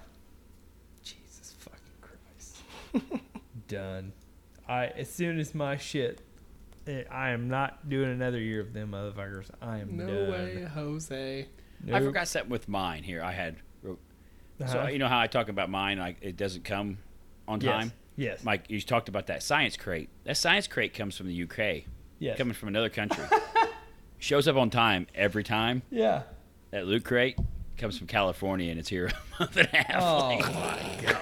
Speaker 1: Jesus fucking Christ. [LAUGHS] Done. I as soon as my shit, eh, I am not doing another year of them motherfuckers. I am
Speaker 3: No
Speaker 1: done.
Speaker 3: way, Jose.
Speaker 2: I
Speaker 1: Nope.
Speaker 2: forgot something with mine here. I had so
Speaker 1: Uh-huh.
Speaker 2: you know how I talk about mine like it doesn't come on
Speaker 1: Yes.
Speaker 2: time.
Speaker 1: Yes.
Speaker 2: Mike, you talked about that science crate. That science crate comes from the UK.
Speaker 1: Yes.
Speaker 2: Coming from
Speaker 1: [LAUGHS]
Speaker 2: another country. Shows up on time every time.
Speaker 1: Yeah.
Speaker 2: That loot crate comes from California and it's here [LAUGHS] a month and a half.
Speaker 1: Oh
Speaker 2: late.
Speaker 1: my god.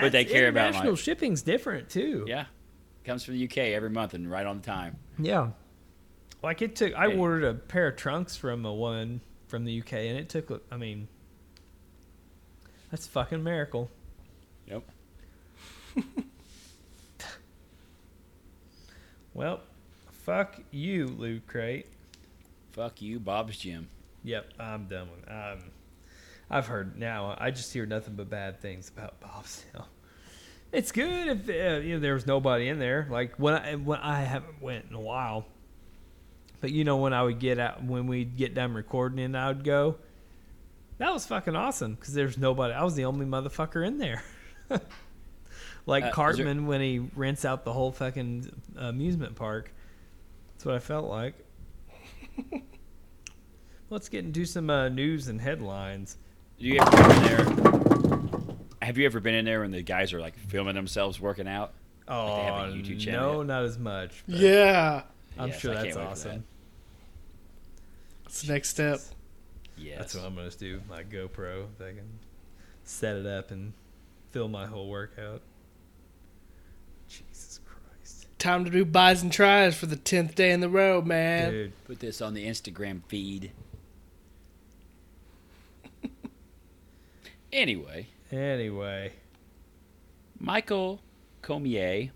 Speaker 2: But they care about, like-
Speaker 1: international shipping's different too.
Speaker 2: Yeah. Comes from the UK every month and right on time.
Speaker 1: Yeah. Like it took, I
Speaker 2: Hey.
Speaker 1: ordered a pair of trunks from a woman from the UK, and it took, I mean, that's a fucking miracle.
Speaker 2: Yep.
Speaker 1: Well, fuck you, Loot Crate.
Speaker 2: Fuck you, Bob's Gym.
Speaker 1: Yep, I'm done with um, I've heard now, I just hear nothing but bad things about Bob's now. It's good if uh, you know there was nobody in there. Like when I when I haven't went in a while, but you know when I would get out when we'd get done recording and I would go, that was fucking awesome because there's nobody. I was the only motherfucker in there. [LAUGHS] like
Speaker 2: Uh, is there-
Speaker 1: Cartman when he rents out the whole fucking amusement park. That's what I felt
Speaker 2: [LAUGHS]
Speaker 1: like. Let's get into some uh, news and headlines.
Speaker 2: Do you ever go in there? Have you ever been in there when the guys are like filming themselves working out?
Speaker 1: Oh,
Speaker 2: they have a YouTube channel
Speaker 1: no,
Speaker 2: yet.
Speaker 1: not as much. but
Speaker 3: Yeah.
Speaker 1: I'm
Speaker 2: Yes,
Speaker 1: sure
Speaker 2: I
Speaker 1: that's
Speaker 2: can't wait for
Speaker 1: awesome.
Speaker 3: It's the next step.
Speaker 2: Yes.
Speaker 1: That's what I'm gonna do with my GoPro. If I can set it up and film my whole workout. Jesus Christ,
Speaker 3: Time to do buys and tries for the tenth day in the row, man.
Speaker 1: dude!
Speaker 2: Put this on the Instagram
Speaker 1: [LAUGHS]
Speaker 2: feed. anyway,
Speaker 1: Anyway,
Speaker 2: Michael Comier,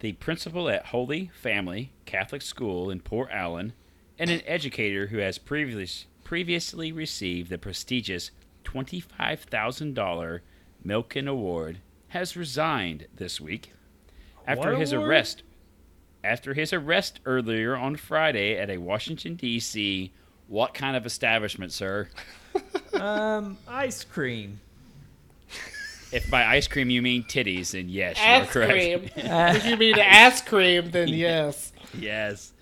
Speaker 2: the principal at Holy Family Catholic School in Port Allen, and an educator who has previous, previously received the prestigious $25,000 Milken Award, has resigned this week after
Speaker 1: What
Speaker 2: his
Speaker 1: award?
Speaker 2: arrest. After his arrest earlier on Friday at a Washington D.C. What kind of establishment, sir?
Speaker 1: um, ice
Speaker 2: [LAUGHS]
Speaker 1: cream.
Speaker 2: If by ice cream you mean titties, then yes, you are
Speaker 3: Ass
Speaker 2: correct.
Speaker 3: cream. if you mean ass cream, [LAUGHS] then yes.
Speaker 2: Yes.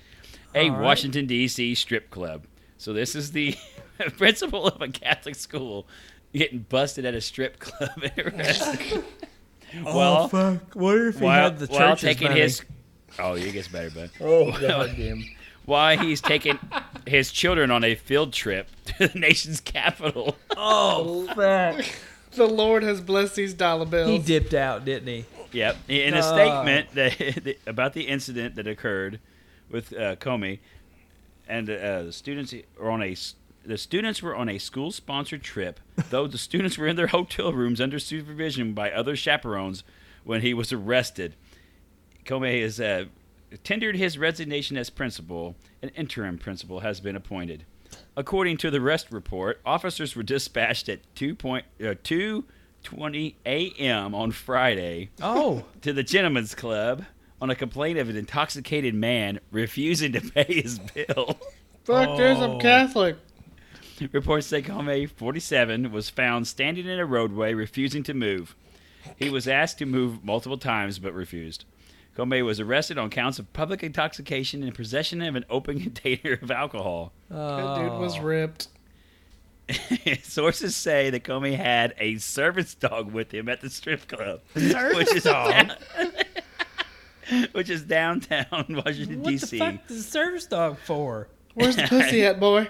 Speaker 2: A
Speaker 1: All right.
Speaker 2: Washington, D.C. strip club. So this is the [LAUGHS] principal of a Catholic school getting busted at a strip club
Speaker 1: [LAUGHS]
Speaker 2: [LAUGHS] and arrested. well,
Speaker 1: Oh, fuck! What if he
Speaker 2: while,
Speaker 1: had the
Speaker 2: while
Speaker 1: church's
Speaker 2: taking
Speaker 1: money?
Speaker 2: his Oh, it gets better, bud.
Speaker 6: Oh
Speaker 2: [LAUGHS]
Speaker 6: god damn.
Speaker 2: Why
Speaker 1: [LAUGHS]
Speaker 2: he's taking his children on a field trip to the nation's capital.
Speaker 1: Oh, fuck.
Speaker 3: The Lord has blessed these dollar bills.
Speaker 1: He dipped out, didn't he?
Speaker 2: Yep. In a
Speaker 1: Oh.
Speaker 2: statement [LAUGHS] that, that- about the incident that occurred with uh, Comey, and uh, the students were on a s- the students were on a school sponsored trip, though the students were in their hotel rooms under supervision by other chaperones when he was arrested. Comey has uh, tendered his resignation as principal. An interim principal has been appointed. According to the arrest report, officers were dispatched at 2 point, uh, 2.20 a.m. on Friday
Speaker 1: Oh,
Speaker 2: to the gentleman's club on a complaint of an intoxicated man refusing to pay his bill. [LAUGHS]
Speaker 3: Fuck this, I'm
Speaker 1: Oh.
Speaker 3: Catholic.
Speaker 2: Reports say Kame 47 was found standing in a roadway refusing to move. He was asked to move multiple times but refused. Kome was arrested on counts of public intoxication and possession of an open [LAUGHS] container of alcohol. [LAUGHS]
Speaker 3: That dude
Speaker 1: Oh.
Speaker 3: was ripped.
Speaker 2: Sources say that Comey had a service dog with him at the strip club, which is down, [LAUGHS] which is downtown [LAUGHS] Washington
Speaker 1: what the
Speaker 2: D.C.
Speaker 1: fuck is a service dog for?
Speaker 3: Where's the [LAUGHS] pussy at, boy?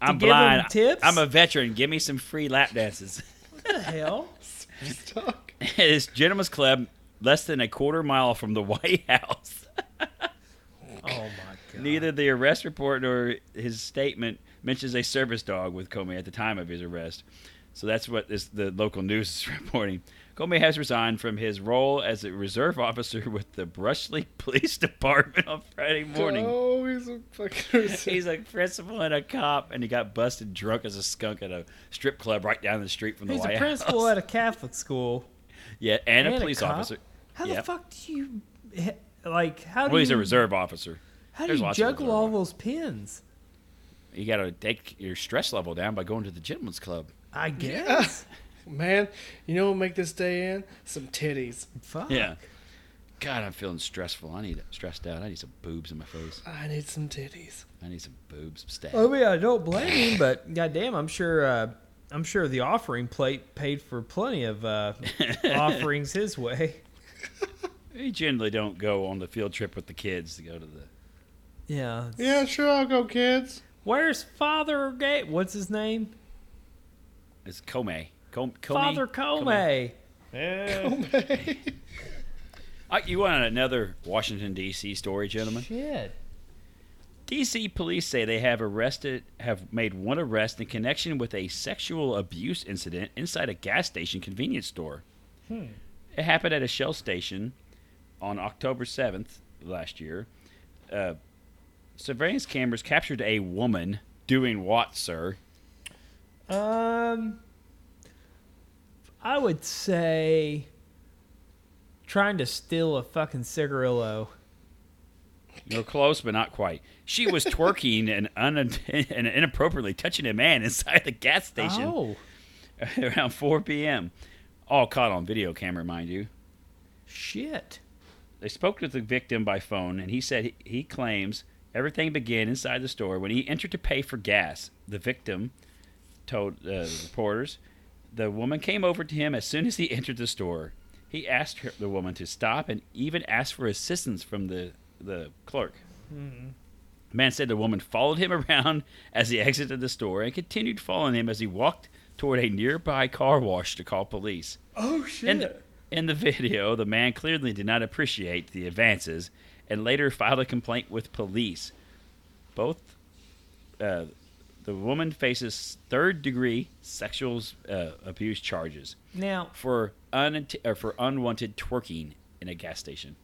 Speaker 2: I'm
Speaker 1: give 'em
Speaker 2: blind.
Speaker 1: tips?
Speaker 2: I'm a veteran. Give me some free lap dances. [LAUGHS]
Speaker 1: What the hell?
Speaker 3: [LAUGHS] Fuck.
Speaker 2: this gentleman's club, less than a quarter mile from the [LAUGHS] White House. [LAUGHS]
Speaker 1: Oh my god.
Speaker 2: Neither the arrest report nor his statement mentions a service dog with Comey at the time of his arrest. So that's what this, the local news is [LAUGHS] reporting. Comey has resigned from his role as a reserve officer with the Brushley [LAUGHS] Police Department on Friday morning.
Speaker 3: Oh, he's a [LAUGHS] fucking.
Speaker 2: [LAUGHS] He's a principal and a cop, and he got busted drunk as a skunk at a strip club right down the street from the
Speaker 1: He's
Speaker 2: White
Speaker 1: a principal
Speaker 2: House.
Speaker 1: at a Catholic school.
Speaker 2: yeah, and,
Speaker 1: and
Speaker 2: a
Speaker 1: a
Speaker 2: police
Speaker 1: cop?
Speaker 2: officer.
Speaker 1: How the
Speaker 2: Yep.
Speaker 1: fuck do you he- like? How do
Speaker 2: Well, he's
Speaker 1: you
Speaker 2: a reserve officer.
Speaker 1: How do
Speaker 2: There's
Speaker 1: you
Speaker 2: lots of
Speaker 1: juggle
Speaker 2: reserve
Speaker 1: all
Speaker 2: officers.
Speaker 1: those pins?
Speaker 2: You got to take your stress level down by going to the gentleman's club.
Speaker 1: I
Speaker 2: [LAUGHS]
Speaker 1: guess.
Speaker 3: Man, you know what make this day in? Some titties.
Speaker 1: Fuck.
Speaker 2: Yeah. God, I'm feeling stressful. I need stressed out. I need some boobs in my face.
Speaker 3: I need some titties.
Speaker 2: I need some boobs. Stat.
Speaker 1: I mean, Oh, I don't blame him, but goddamn, I'm sure. Uh, I'm sure the offering plate paid for plenty of
Speaker 2: [LAUGHS]
Speaker 1: uh, offerings his way.
Speaker 2: We generally don't go on the field trip with the kids to go to the.
Speaker 1: Yeah.
Speaker 3: Yeah, sure, I'll go, kids.
Speaker 1: Where's Father Gate? What's his name?
Speaker 2: It's Comey. Com- Comey.
Speaker 1: Father Comey.
Speaker 2: Uh, you want another Washington D.C. story, gentlemen?
Speaker 1: Shit.
Speaker 2: D.C. police say they have arrested, have made one arrest in connection with a sexual abuse incident inside a gas station convenience store. It happened at a Shell station on October 7th last year. Uh, surveillance cameras captured a woman doing what, sir?
Speaker 1: Um, I would say trying to steal a fucking cigarillo.
Speaker 2: You're close, but not quite. She was twerking and, un- [LAUGHS] and inappropriately touching a man [LAUGHS] inside the gas station
Speaker 1: Oh,
Speaker 2: [LAUGHS] around 4 p.m. All caught on video camera, mind you.
Speaker 1: shit.
Speaker 2: They spoke to the victim by phone, and he said he, he claims everything began inside the store when he entered to pay for gas. The victim told uh, the reporters the woman came over to him as soon as he entered the store. He asked her, the woman to stop and even asked for assistance from the, the clerk. The man said the woman followed him [LAUGHS] around as he exited the store and continued following him as he walked toward a nearby car wash to call police.
Speaker 3: Oh, shit.
Speaker 2: In the, in the video, the man clearly did not appreciate the advances and later filed a complaint with police. Both uh, the woman faces third degree sexual uh, abuse charges
Speaker 1: Now,
Speaker 2: for, un- or for unwanted twerking in a gas station.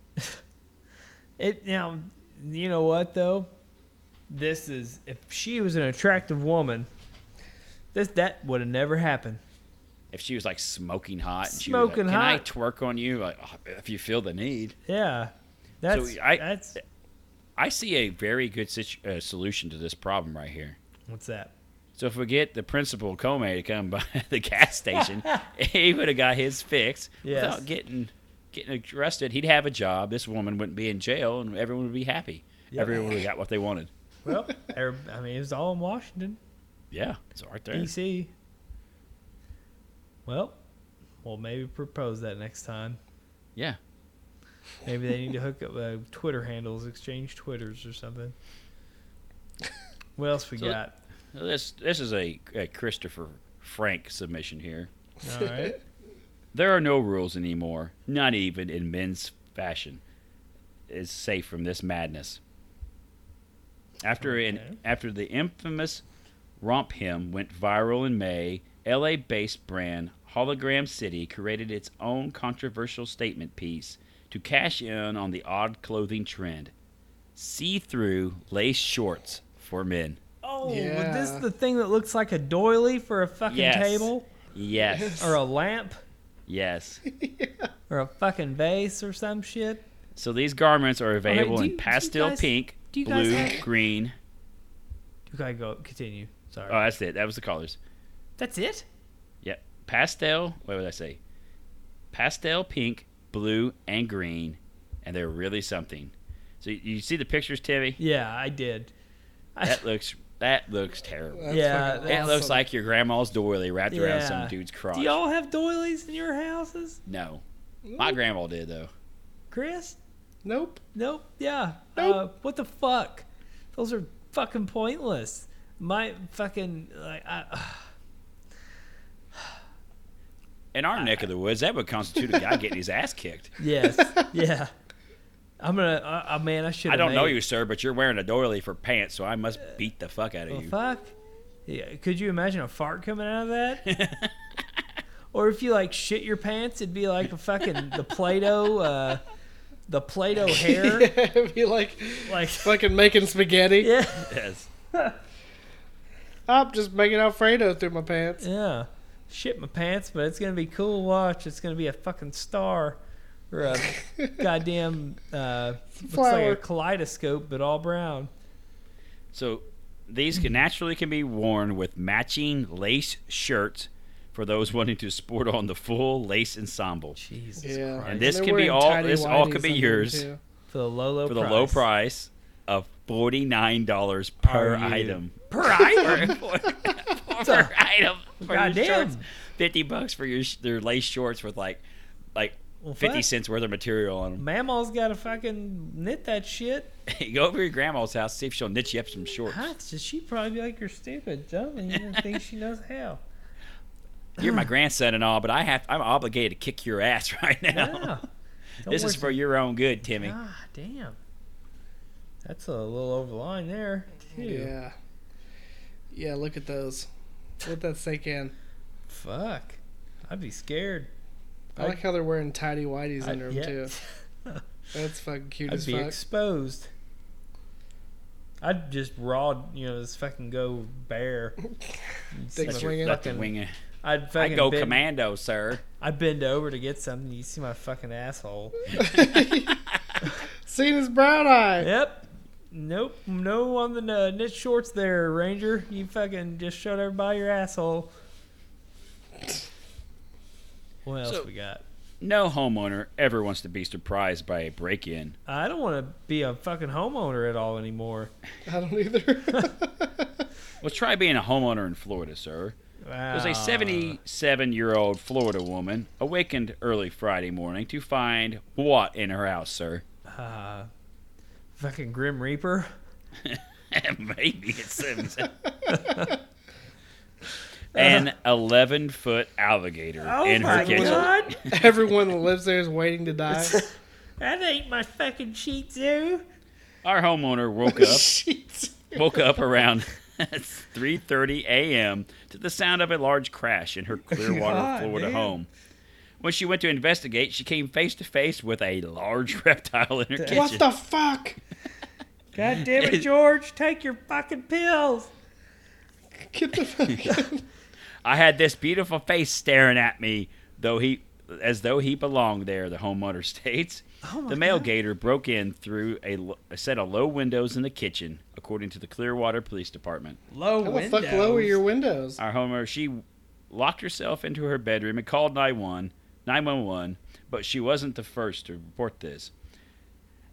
Speaker 1: it now you know what though? This is if she was an attractive woman, this that would have never happened.
Speaker 2: If she was like smoking hot and she
Speaker 1: Smoking
Speaker 2: was like, Can
Speaker 1: hot.
Speaker 2: I twerk on you? Like, "Oh, if you feel the need.
Speaker 1: Yeah. That's
Speaker 2: I-
Speaker 1: that's
Speaker 2: I see a very good situ- uh, solution to this problem right here.
Speaker 1: what's that?
Speaker 2: So if we get the principal Comey to come by [LAUGHS] the gas station, he would have got his fix
Speaker 1: Yes.
Speaker 2: without getting getting arrested. He'd have a job. This woman wouldn't be in jail, and everyone would be happy.
Speaker 1: Yep.
Speaker 2: Everyone would have got what they wanted.
Speaker 1: Well, [LAUGHS] every- I mean, it was all in Washington.
Speaker 2: Yeah, it's right there.
Speaker 1: DC. Well, we'll maybe propose that next time.
Speaker 2: Yeah,
Speaker 1: Maybe they need to hook up uh, Twitter handles, exchange Twitters or something. What else we
Speaker 2: So-
Speaker 1: got?
Speaker 2: This this is a, a Christopher Frank submission here.
Speaker 1: All right.
Speaker 2: There are no rules anymore, not even in men's fashion. Is safe from this madness. After
Speaker 1: Okay.
Speaker 2: an after the infamous romp him went viral in May, LA-based brand Hologram City created its own controversial statement piece to cash in on the odd clothing trend. See-through lace shorts for men.
Speaker 1: [LAUGHS] Oh,
Speaker 3: Yeah.
Speaker 1: this is the thing that looks like a doily for a fucking
Speaker 2: Yes.
Speaker 3: [LAUGHS]
Speaker 1: table
Speaker 2: Yes.
Speaker 1: or a lamp
Speaker 2: Yes.
Speaker 1: or a fucking vase or some shit.
Speaker 2: So these garments are
Speaker 1: do
Speaker 2: available
Speaker 1: you- do you
Speaker 2: in pastel
Speaker 1: guys-
Speaker 2: pink,
Speaker 1: do you guys
Speaker 2: blue,
Speaker 1: have-
Speaker 2: green.
Speaker 1: Okay, go continue. Sorry.
Speaker 2: Oh, that's it. That was the colors.
Speaker 1: That's it?
Speaker 2: Yep. Pastel. What would I say? Pastel pink, blue, and green, and they're really something. So you- you see the
Speaker 1: [LAUGHS]
Speaker 2: pictures, Timmy?
Speaker 1: Yeah, I did. I,
Speaker 2: That looks that looks terrible.
Speaker 3: That's
Speaker 1: Yeah,
Speaker 3: fucking
Speaker 1: that
Speaker 2: It
Speaker 1: Awesome.
Speaker 2: looks like your grandma's doily wrapped around
Speaker 1: Yeah.
Speaker 2: some dude's crotch.
Speaker 1: do y'all have doilies in your houses?
Speaker 2: No, my grandma did though.
Speaker 1: Chris?
Speaker 3: Nope. [LAUGHS]
Speaker 1: Nope. Yeah. Uh,
Speaker 3: Nope.
Speaker 1: what the fuck? Those are fucking pointless. My fucking like I,
Speaker 2: In our neck of the woods, that would constitute a guy getting his ass kicked.
Speaker 1: yes, yeah. I'm gonna. Uh, uh, man, I should.
Speaker 2: I don't
Speaker 1: made,
Speaker 2: know you, sir, but you're wearing a doily for pants, so I must beat the fuck out of
Speaker 1: Uh, Well,
Speaker 2: you.
Speaker 1: Oh, fuck. Yeah. Could you imagine a fart coming out of that? [LAUGHS] or if you like shit your pants, it'd be like a fucking the Play-Doh, uh, the [LAUGHS] Play-Doh hair.
Speaker 3: It'd be like
Speaker 1: Like
Speaker 3: fucking making spaghetti.
Speaker 1: yeah,
Speaker 2: Yes.
Speaker 3: I'm just making Alfredo through my pants.
Speaker 1: yeah. Shit my pants, but it's gonna be cool. Watch, it's gonna be a fucking star. Or [LAUGHS] a goddamn uh, looks like
Speaker 3: Flower.
Speaker 1: a kaleidoscope, but all brown.
Speaker 2: So these can naturally can be worn with matching lace shirts for those [LAUGHS] wanting to sport on the full lace ensemble
Speaker 1: Jesus
Speaker 3: Yeah.
Speaker 1: Christ!
Speaker 2: And this
Speaker 3: they're
Speaker 2: can be
Speaker 3: wearing
Speaker 2: all-
Speaker 3: tidy
Speaker 2: this all could
Speaker 3: whities
Speaker 2: be
Speaker 3: under them,
Speaker 2: yours.
Speaker 3: too.
Speaker 1: for the low, low
Speaker 2: for the
Speaker 1: price.
Speaker 2: low price of forty nine dollars per
Speaker 1: Are you-
Speaker 2: item. [LAUGHS] Per item.
Speaker 1: [LAUGHS]
Speaker 2: per [LAUGHS] item. For
Speaker 1: Goddamn.
Speaker 2: your shorts. Fifty bucks for your sh- their lace shorts with like like
Speaker 1: Well,
Speaker 2: fifty
Speaker 1: fuck.
Speaker 2: cents worth of material [LAUGHS] on them.
Speaker 1: Mamma's gotta fucking knit that shit.
Speaker 2: Go over to your grandma's house, see if she'll knit you up some shorts.
Speaker 1: Huh? She'd probably be like, "You're stupid, dumb, and you don't think she knows
Speaker 2: [LAUGHS]
Speaker 1: how."
Speaker 2: You're my grandson and all, but I have I'm obligated to kick your ass [LAUGHS] right now.
Speaker 1: Yeah. Don't
Speaker 2: This is
Speaker 1: worry-
Speaker 2: for your own good, Timmy.
Speaker 1: God damn. That's a little over the line there. Too.
Speaker 3: Yeah. Yeah, look at those. Let that sink in.
Speaker 1: Fuck. I'd be scared.
Speaker 3: I like how they're wearing tidy whities
Speaker 1: I-
Speaker 3: under them
Speaker 1: yeah. [LAUGHS]
Speaker 3: too. That's fucking cute
Speaker 1: I'd
Speaker 3: as
Speaker 1: be
Speaker 3: fuck.
Speaker 1: exposed. I'd just raw, you know, just fucking go
Speaker 3: [LAUGHS]
Speaker 1: bare.
Speaker 3: Dick
Speaker 2: That's
Speaker 3: swinging.
Speaker 2: your, that's the
Speaker 1: Fucking-
Speaker 2: winging.
Speaker 1: I'd
Speaker 2: I
Speaker 1: fucking
Speaker 2: go
Speaker 1: bend, [LAUGHS]
Speaker 2: commando, sir.
Speaker 1: I'd bend over to get something. You see my fucking asshole.
Speaker 3: [LAUGHS] Seen his brown eye.
Speaker 1: Yep. Nope. No on the uh, knit shorts there, Ranger. You fucking just showed everybody your asshole. What else
Speaker 2: So-
Speaker 1: we got?
Speaker 2: No homeowner ever wants to be surprised by a break in.
Speaker 1: I don't want to be a fucking homeowner at all anymore.
Speaker 3: I don't either.
Speaker 2: [LAUGHS] Well, try being a homeowner in Florida, sir. There's
Speaker 1: Ah,
Speaker 2: a 77 year old Florida woman awakened early Friday morning to find what in her house, sir? [LAUGHS]
Speaker 1: ah, fucking Grim Reaper.
Speaker 2: Maybe
Speaker 1: [LAUGHS]
Speaker 2: it's 77. An 11 foot alligator in her kitchen.
Speaker 1: Oh
Speaker 2: [LAUGHS]
Speaker 1: god!
Speaker 3: Everyone that lives there is waiting to die.
Speaker 1: That ain't my fucking Shih Tzu.
Speaker 2: Our homeowner woke up
Speaker 3: Shit.
Speaker 2: woke up around [LAUGHS] 3:30 a.m. to the sound of a large crash in her Clearwater,
Speaker 1: God
Speaker 2: Florida
Speaker 1: damn.
Speaker 2: home. When she went to investigate, she came face to face with a large [LAUGHS] reptile in her kitchen.
Speaker 3: What the fuck?
Speaker 2: [LAUGHS]
Speaker 1: God damn it, George! Take your fucking pills.
Speaker 2: [LAUGHS]
Speaker 3: Get the fuck.
Speaker 2: I had this beautiful face staring at me, though he as though he belonged there. The homeowner [LAUGHS] states. the male gator broke in through a, lo- a set of low windows in the kitchen, according to the Clearwater Police Department.
Speaker 1: Low
Speaker 3: How the fuck lower your windows?
Speaker 2: our homeowner, she locked herself into her bedroom and called 911, 911, but she wasn't the first to report this.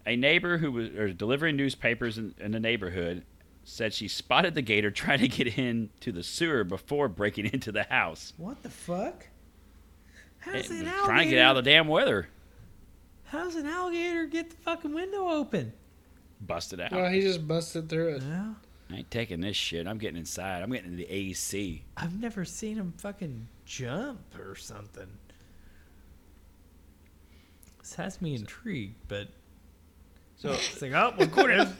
Speaker 2: A neighbor who was or delivering newspapers in, in the neighborhood said she spotted the gator [LAUGHS] trying to get into the sewer before breaking [LAUGHS] into the house.
Speaker 1: What the fuck? How's
Speaker 2: It
Speaker 1: an
Speaker 2: was trying to get
Speaker 1: alligator-
Speaker 2: out of the damn weather.
Speaker 1: How does an alligator get the fucking window open?
Speaker 2: Busted out.
Speaker 3: Well, he just busted through it.
Speaker 1: Well,
Speaker 2: I ain't taking this shit. I'm getting inside. I'm getting in the AC.
Speaker 1: I've never seen him fucking jump or something. This has me intrigued, but
Speaker 2: So
Speaker 1: it's like, oh, we could have.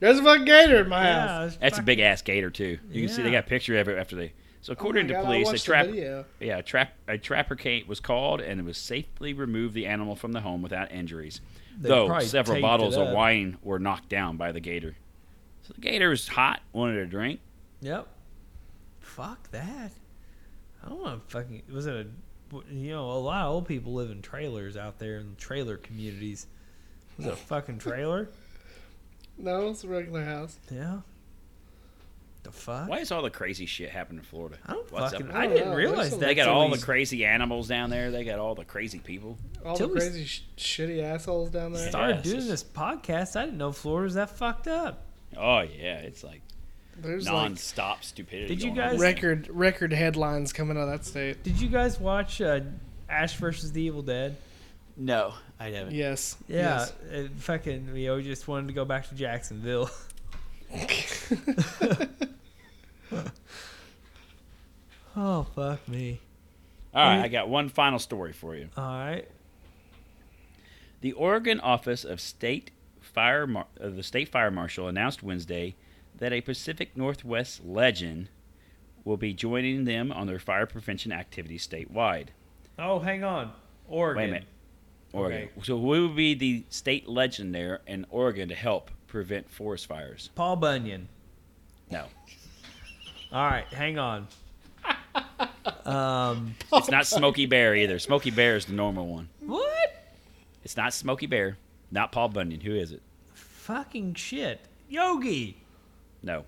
Speaker 3: There's a fucking gator in my house.
Speaker 2: that's a big ass gator too. You can see they
Speaker 1: Yeah.
Speaker 2: got a picture of it after they. So
Speaker 3: Oh
Speaker 2: according
Speaker 3: my
Speaker 2: to
Speaker 3: God, I
Speaker 2: police, a
Speaker 3: watched the
Speaker 2: trap,
Speaker 3: video.
Speaker 2: yeah, a trap, a trapper Kate was called and was safely removed the animal from the home without injuries.
Speaker 1: They
Speaker 2: Though
Speaker 1: probably
Speaker 2: several
Speaker 1: taped
Speaker 2: bottles
Speaker 1: it
Speaker 2: of
Speaker 1: up.
Speaker 2: wine were knocked down by the gator. So the gator was hot, wanted a drink.
Speaker 1: Yep. Fuck that. I don't want to fucking. Was it a? You know, a lot of old people live in trailers out there in trailer communities. Was it a fucking trailer?
Speaker 3: No, it's a regular house.
Speaker 1: Yeah. The fuck?
Speaker 2: Why is all the crazy shit happening in Florida?
Speaker 1: I don't
Speaker 2: What's up
Speaker 1: fucking.
Speaker 2: with
Speaker 1: I
Speaker 3: that?
Speaker 1: didn't
Speaker 3: Oh,
Speaker 1: realize
Speaker 3: there's a-
Speaker 1: that.
Speaker 2: They got
Speaker 1: till
Speaker 2: all
Speaker 1: we-
Speaker 2: the crazy animals down there. They got all the crazy people.
Speaker 3: All
Speaker 1: Till
Speaker 3: the
Speaker 1: we-
Speaker 3: crazy sh- shitty assholes down there.
Speaker 2: Stop.
Speaker 1: Started
Speaker 2: Yes,
Speaker 1: doing
Speaker 2: it's-
Speaker 1: this podcast. I didn't know Florida was that fucked up.
Speaker 2: Oh yeah, it's like
Speaker 3: There's
Speaker 2: non-stop stupidity.
Speaker 1: Did you
Speaker 2: going on.
Speaker 1: guys-
Speaker 3: like record record headlines coming out of that state.
Speaker 1: Did you guys watch uh, Ash versus the Evil Dead?
Speaker 2: No, I haven't.
Speaker 3: Yes.
Speaker 1: Yeah, it fucking. We always just wanted to go back to Jacksonville. [LAUGHS]
Speaker 3: Yes. [LAUGHS]
Speaker 1: oh fuck me!
Speaker 2: All
Speaker 1: Mm.
Speaker 2: right, I got one final story for you.
Speaker 1: All right.
Speaker 2: The Oregon Office of State Fire Mar- uh, the State Fire Marshal announced Wednesday that a Pacific Northwest legend will be joining them on their fire prevention activities statewide.
Speaker 1: Oh, hang on. Oregon.
Speaker 2: Wait a minute. Oregon. So who will be the state legend there in Oregon to help prevent forest fires?
Speaker 1: Paul Bunyan.
Speaker 2: No.
Speaker 1: All right, hang on. um,
Speaker 2: It's not Smokey Bear either. Smokey Bear is the normal one.
Speaker 1: what?
Speaker 2: It's not Smokey Bear. Not Paul Bunyan. Who is it?
Speaker 1: Fucking shit. Yogi,
Speaker 2: No.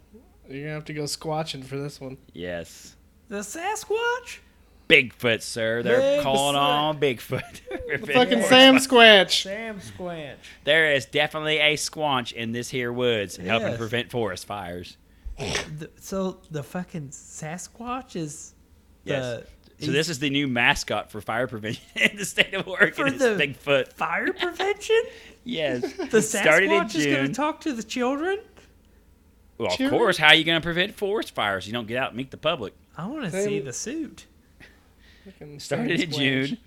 Speaker 3: You're gonna have to go squatching for this one.
Speaker 2: Yes.
Speaker 1: the Sasquatch.
Speaker 2: Bigfoot, sir. They're
Speaker 1: Bigfoot.
Speaker 2: calling on Bigfoot. [LAUGHS]
Speaker 3: Fucking Sam Squatch.
Speaker 1: Sam Squanch.
Speaker 2: There is definitely a squanch in this here woods helping
Speaker 1: Yes.
Speaker 2: prevent forest fires.
Speaker 1: The, so the fucking Sasquatch is.
Speaker 2: Yes.
Speaker 1: The,
Speaker 2: so this is the new mascot for fire prevention [LAUGHS] in the state of Oregon.
Speaker 1: For
Speaker 2: it's
Speaker 1: the-
Speaker 2: Bigfoot.
Speaker 1: fire [LAUGHS] prevention.
Speaker 2: [LAUGHS] Yes.
Speaker 1: The
Speaker 2: It started in
Speaker 1: Sasquatch is going
Speaker 2: June.
Speaker 1: to talk to the children.
Speaker 2: well, of
Speaker 3: Sure.
Speaker 2: course, how are you going to prevent forest fires? You don't get out and meet the public.
Speaker 1: I want to
Speaker 3: They-
Speaker 1: see the suit.
Speaker 3: Fucking Sam
Speaker 2: Started in
Speaker 3: Squatch.
Speaker 2: June.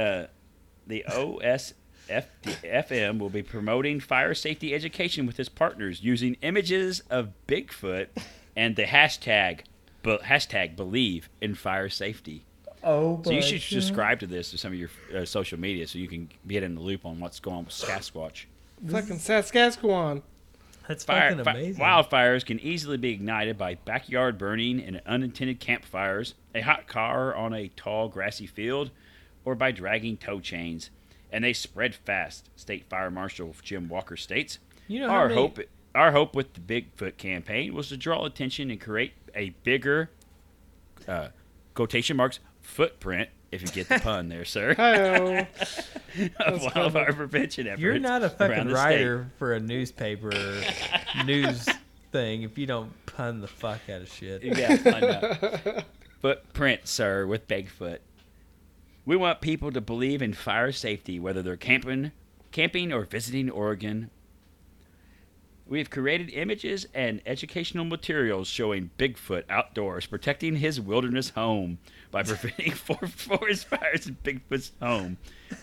Speaker 2: Uh, the OSFM will be promoting fire safety education with its partners using images of Bigfoot and the hashtag, but hashtag believe in fire safety.
Speaker 1: Oh,
Speaker 2: So you should subscribe to this to some of your uh, social media so you can get in the loop on what's going on with Sasquatch.
Speaker 3: Fucking Saskatchewan.
Speaker 1: That's
Speaker 2: Fire,
Speaker 1: fucking
Speaker 2: fi-
Speaker 1: amazing.
Speaker 2: wildfires can easily be ignited by backyard burning and unintended campfires, a hot car on a tall grassy field, or by dragging tow chains. And they spread fast, State Fire Marshal Jim Walker states.
Speaker 1: You know how
Speaker 2: our
Speaker 1: many-
Speaker 2: hope our hope with the Bigfoot campaign was to draw attention and create a bigger uh, quotation marks footprint, if
Speaker 1: [LAUGHS]
Speaker 2: you get the pun there, sir. [LAUGHS]
Speaker 3: Hi.
Speaker 2: of
Speaker 3: That's
Speaker 2: wildfire prevention efforts.
Speaker 1: You're not a
Speaker 2: around
Speaker 1: fucking
Speaker 2: the state.
Speaker 1: writer for a newspaper [LAUGHS] or news thing if you don't pun the fuck out of shit.
Speaker 2: Yeah, I know. Footprint, sir, with Bigfoot. We want people to believe in fire safety, whether they're camping, camping or visiting Oregon. We have created images and educational materials showing Bigfoot outdoors protecting his wilderness home by preventing for- forest fires in Bigfoot's home.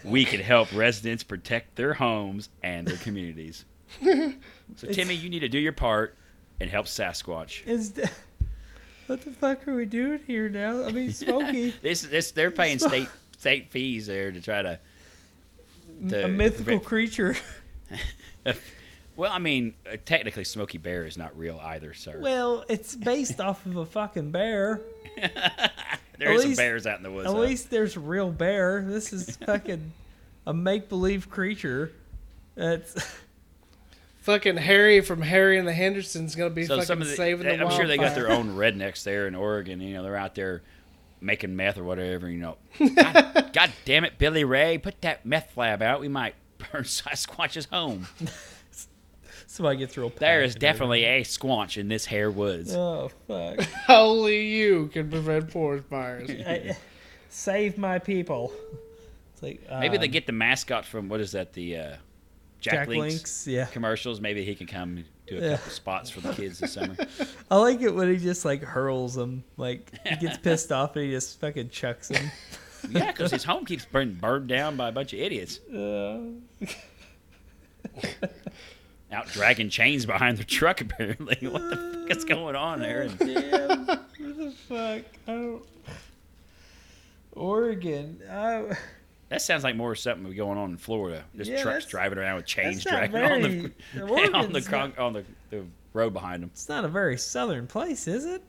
Speaker 2: We can help residents protect their homes and their communities. So, Timmy, you need to do your part and help Sasquatch.
Speaker 1: Is th- what the fuck are we doing here now? I [LAUGHS] mean, Smokey,
Speaker 2: This, this, they're paying state state fees there to try to. to
Speaker 1: a mythical
Speaker 2: prevent-
Speaker 1: creature.
Speaker 2: well, I mean, uh, technically, Smokey Bear is not real either, sir.
Speaker 1: Well, it's based off of a fucking bear.
Speaker 2: there
Speaker 1: at
Speaker 2: is some
Speaker 1: least-
Speaker 2: bears out in the woods.
Speaker 1: At
Speaker 2: though.
Speaker 1: least there's a real bear. This
Speaker 2: [LAUGHS]
Speaker 1: is fucking a make believe creature. That's [LAUGHS]
Speaker 3: fucking Harry from Harry and the Hendersons gonna be
Speaker 2: so
Speaker 3: fucking
Speaker 2: some of the,
Speaker 3: saving
Speaker 2: they-
Speaker 3: the
Speaker 2: I'm sure they got
Speaker 3: wildfire.
Speaker 2: their own rednecks there in Oregon. You know, they're out there making meth or whatever.
Speaker 1: [LAUGHS]
Speaker 2: You know, God, God damn it, Billy Ray, put that meth lab out. We might burn [LAUGHS] Sasquatch's home.
Speaker 1: somebody gets real.
Speaker 2: There is
Speaker 1: passionate.
Speaker 2: definitely a squanch in this hair woods.
Speaker 1: Oh fuck!
Speaker 2: [LAUGHS]
Speaker 3: Only you can prevent forest fires.
Speaker 1: I- save my people. It's It's like,
Speaker 2: Maybe they
Speaker 1: um,
Speaker 2: get the mascot from what is that? The uh, Jack,
Speaker 1: Jack
Speaker 2: Links,
Speaker 1: Links, yeah.
Speaker 2: commercials. Maybe he can come do a
Speaker 1: Yeah.
Speaker 2: couple spots for the kids this summer. [LAUGHS]
Speaker 1: I like it when he just like hurls them. Like
Speaker 2: [LAUGHS]
Speaker 1: he gets pissed off and he just fucking chucks them.
Speaker 2: yeah, because his home keeps burning burned down by a bunch of idiots
Speaker 1: Uh,
Speaker 2: out dragging chains behind their truck. [LAUGHS] Apparently, what the fuck is going on there?
Speaker 1: [LAUGHS]
Speaker 2: And
Speaker 1: Damn. what the fuck? I don't. Oregon. uh, I,
Speaker 2: that sounds like more something going on in Florida. Just
Speaker 1: Yeah,
Speaker 2: trucks
Speaker 1: that's-
Speaker 2: driving around with chains
Speaker 1: that's not
Speaker 2: dragging [LAUGHS] on the
Speaker 1: very-
Speaker 2: on the
Speaker 1: Oregon's
Speaker 2: cron-
Speaker 1: not-
Speaker 2: on the, the road behind them.
Speaker 1: it's not a very southern place, is it?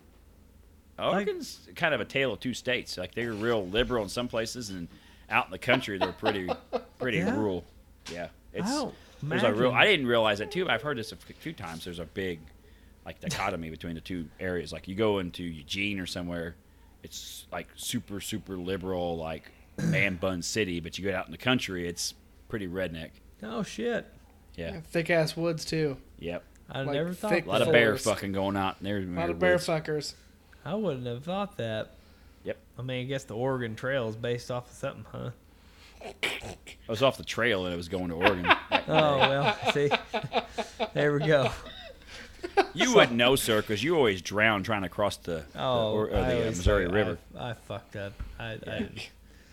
Speaker 3: Oh.
Speaker 2: Oregon's kind of a tale of two states. Like they're real liberal in some places, and out in the country they're
Speaker 3: [LAUGHS]
Speaker 2: pretty pretty
Speaker 1: Yeah.
Speaker 2: rural. Yeah, it's
Speaker 3: Oh,
Speaker 1: don't
Speaker 2: there's a real.
Speaker 1: imagine-
Speaker 2: I didn't realize that too. But I've heard this a f- few times. There's a big like dichotomy between the two areas. Like you go into Eugene or somewhere, it's like super super liberal, like
Speaker 3: [CLEARS THROAT]
Speaker 2: man bun city. But you go out in the country, it's pretty redneck.
Speaker 1: Oh shit!
Speaker 2: Yeah.
Speaker 3: Thick ass woods too.
Speaker 2: Yep.
Speaker 1: I
Speaker 3: Like
Speaker 1: never thought.
Speaker 3: thick
Speaker 2: A lot of
Speaker 1: that.
Speaker 2: bear
Speaker 3: Forest.
Speaker 2: fucking going out there.
Speaker 3: A lot of bear fuckers.
Speaker 1: I wouldn't have thought that.
Speaker 2: Yep.
Speaker 1: I mean, I guess the Oregon Trail is based off of something, huh?
Speaker 2: [LAUGHS] I was off the trail and I was going to Oregon.
Speaker 3: [LAUGHS]
Speaker 1: Oh well, see, there we go.
Speaker 2: You wouldn't know, sir, because you always drown trying to cross the, the-
Speaker 1: Oh,
Speaker 2: or,
Speaker 1: I
Speaker 2: or the uh,
Speaker 1: always
Speaker 2: Missouri
Speaker 1: fuck-
Speaker 2: River.
Speaker 1: I, I fucked up. I, I,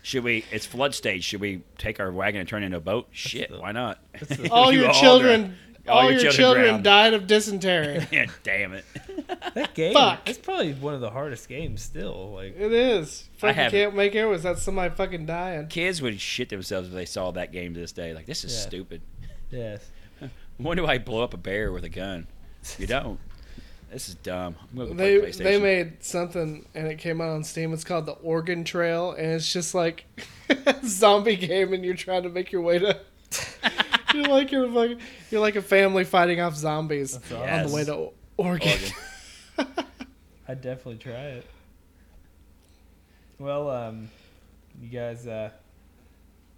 Speaker 2: Should we? It's flood stage. Should we take our wagon and turn it into a boat? Shit,
Speaker 1: the-
Speaker 2: why not? [LAUGHS]
Speaker 1: the-
Speaker 2: [LAUGHS]
Speaker 3: All
Speaker 2: You
Speaker 3: your
Speaker 2: all
Speaker 3: children,
Speaker 2: drown.
Speaker 3: all, your, children,
Speaker 2: drowned.
Speaker 3: died
Speaker 2: [LAUGHS]
Speaker 3: of dysentery.
Speaker 2: Yeah, damn it.
Speaker 1: that game.
Speaker 3: Fuck.
Speaker 1: It's probably one of the hardest games still. Like,
Speaker 3: it is.
Speaker 2: I
Speaker 3: Fucking
Speaker 2: haven't.
Speaker 3: can't make it. Was that somebody fucking dying?
Speaker 2: Kids would shit themselves if they saw that game to this day. Like this is
Speaker 1: Yeah.
Speaker 2: stupid.
Speaker 1: yes.
Speaker 2: When do I blow up a bear with a gun? You don't. This is dumb. I'm gonna go
Speaker 3: They
Speaker 2: play
Speaker 3: they
Speaker 2: PlayStation.
Speaker 3: made something and it came out on Steam. It's called the Oregon Trail, and it's just like [LAUGHS] zombie game, and you're trying to make your way to. [LAUGHS] you're like you're like you're like a family fighting off zombies
Speaker 1: awesome.
Speaker 3: on the way to O- Oregon.
Speaker 2: Oregon.
Speaker 1: I'd definitely try it. Well, um, you guys uh,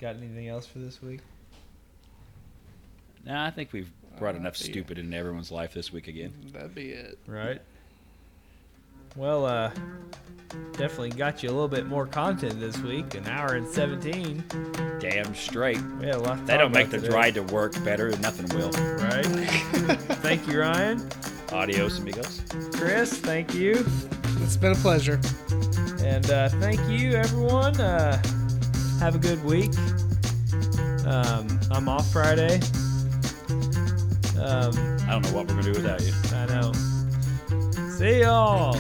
Speaker 1: got anything else for this week?
Speaker 2: [LAUGHS] Nah, I think we've brought enough
Speaker 3: see.
Speaker 2: stupid into everyone's life this week again.
Speaker 3: [LAUGHS] That'd be it.
Speaker 1: Right. Well, uh, definitely got you a little bit more content this week. An hour and seventeen.
Speaker 2: Damn straight.
Speaker 1: We had a lot. To
Speaker 2: They
Speaker 1: talk
Speaker 2: don't
Speaker 1: about
Speaker 2: make the
Speaker 1: today.
Speaker 2: ride to work better. Nothing will.
Speaker 1: Right. [LAUGHS] thank you, Ryan.
Speaker 2: Adios, amigos.
Speaker 1: Chris, thank you.
Speaker 3: It's been a pleasure.
Speaker 1: And uh, thank you, everyone. Uh, have a good week. Um, I'm off Friday. Um,
Speaker 2: I don't know what we're gonna do without you.
Speaker 1: I know. See y'all.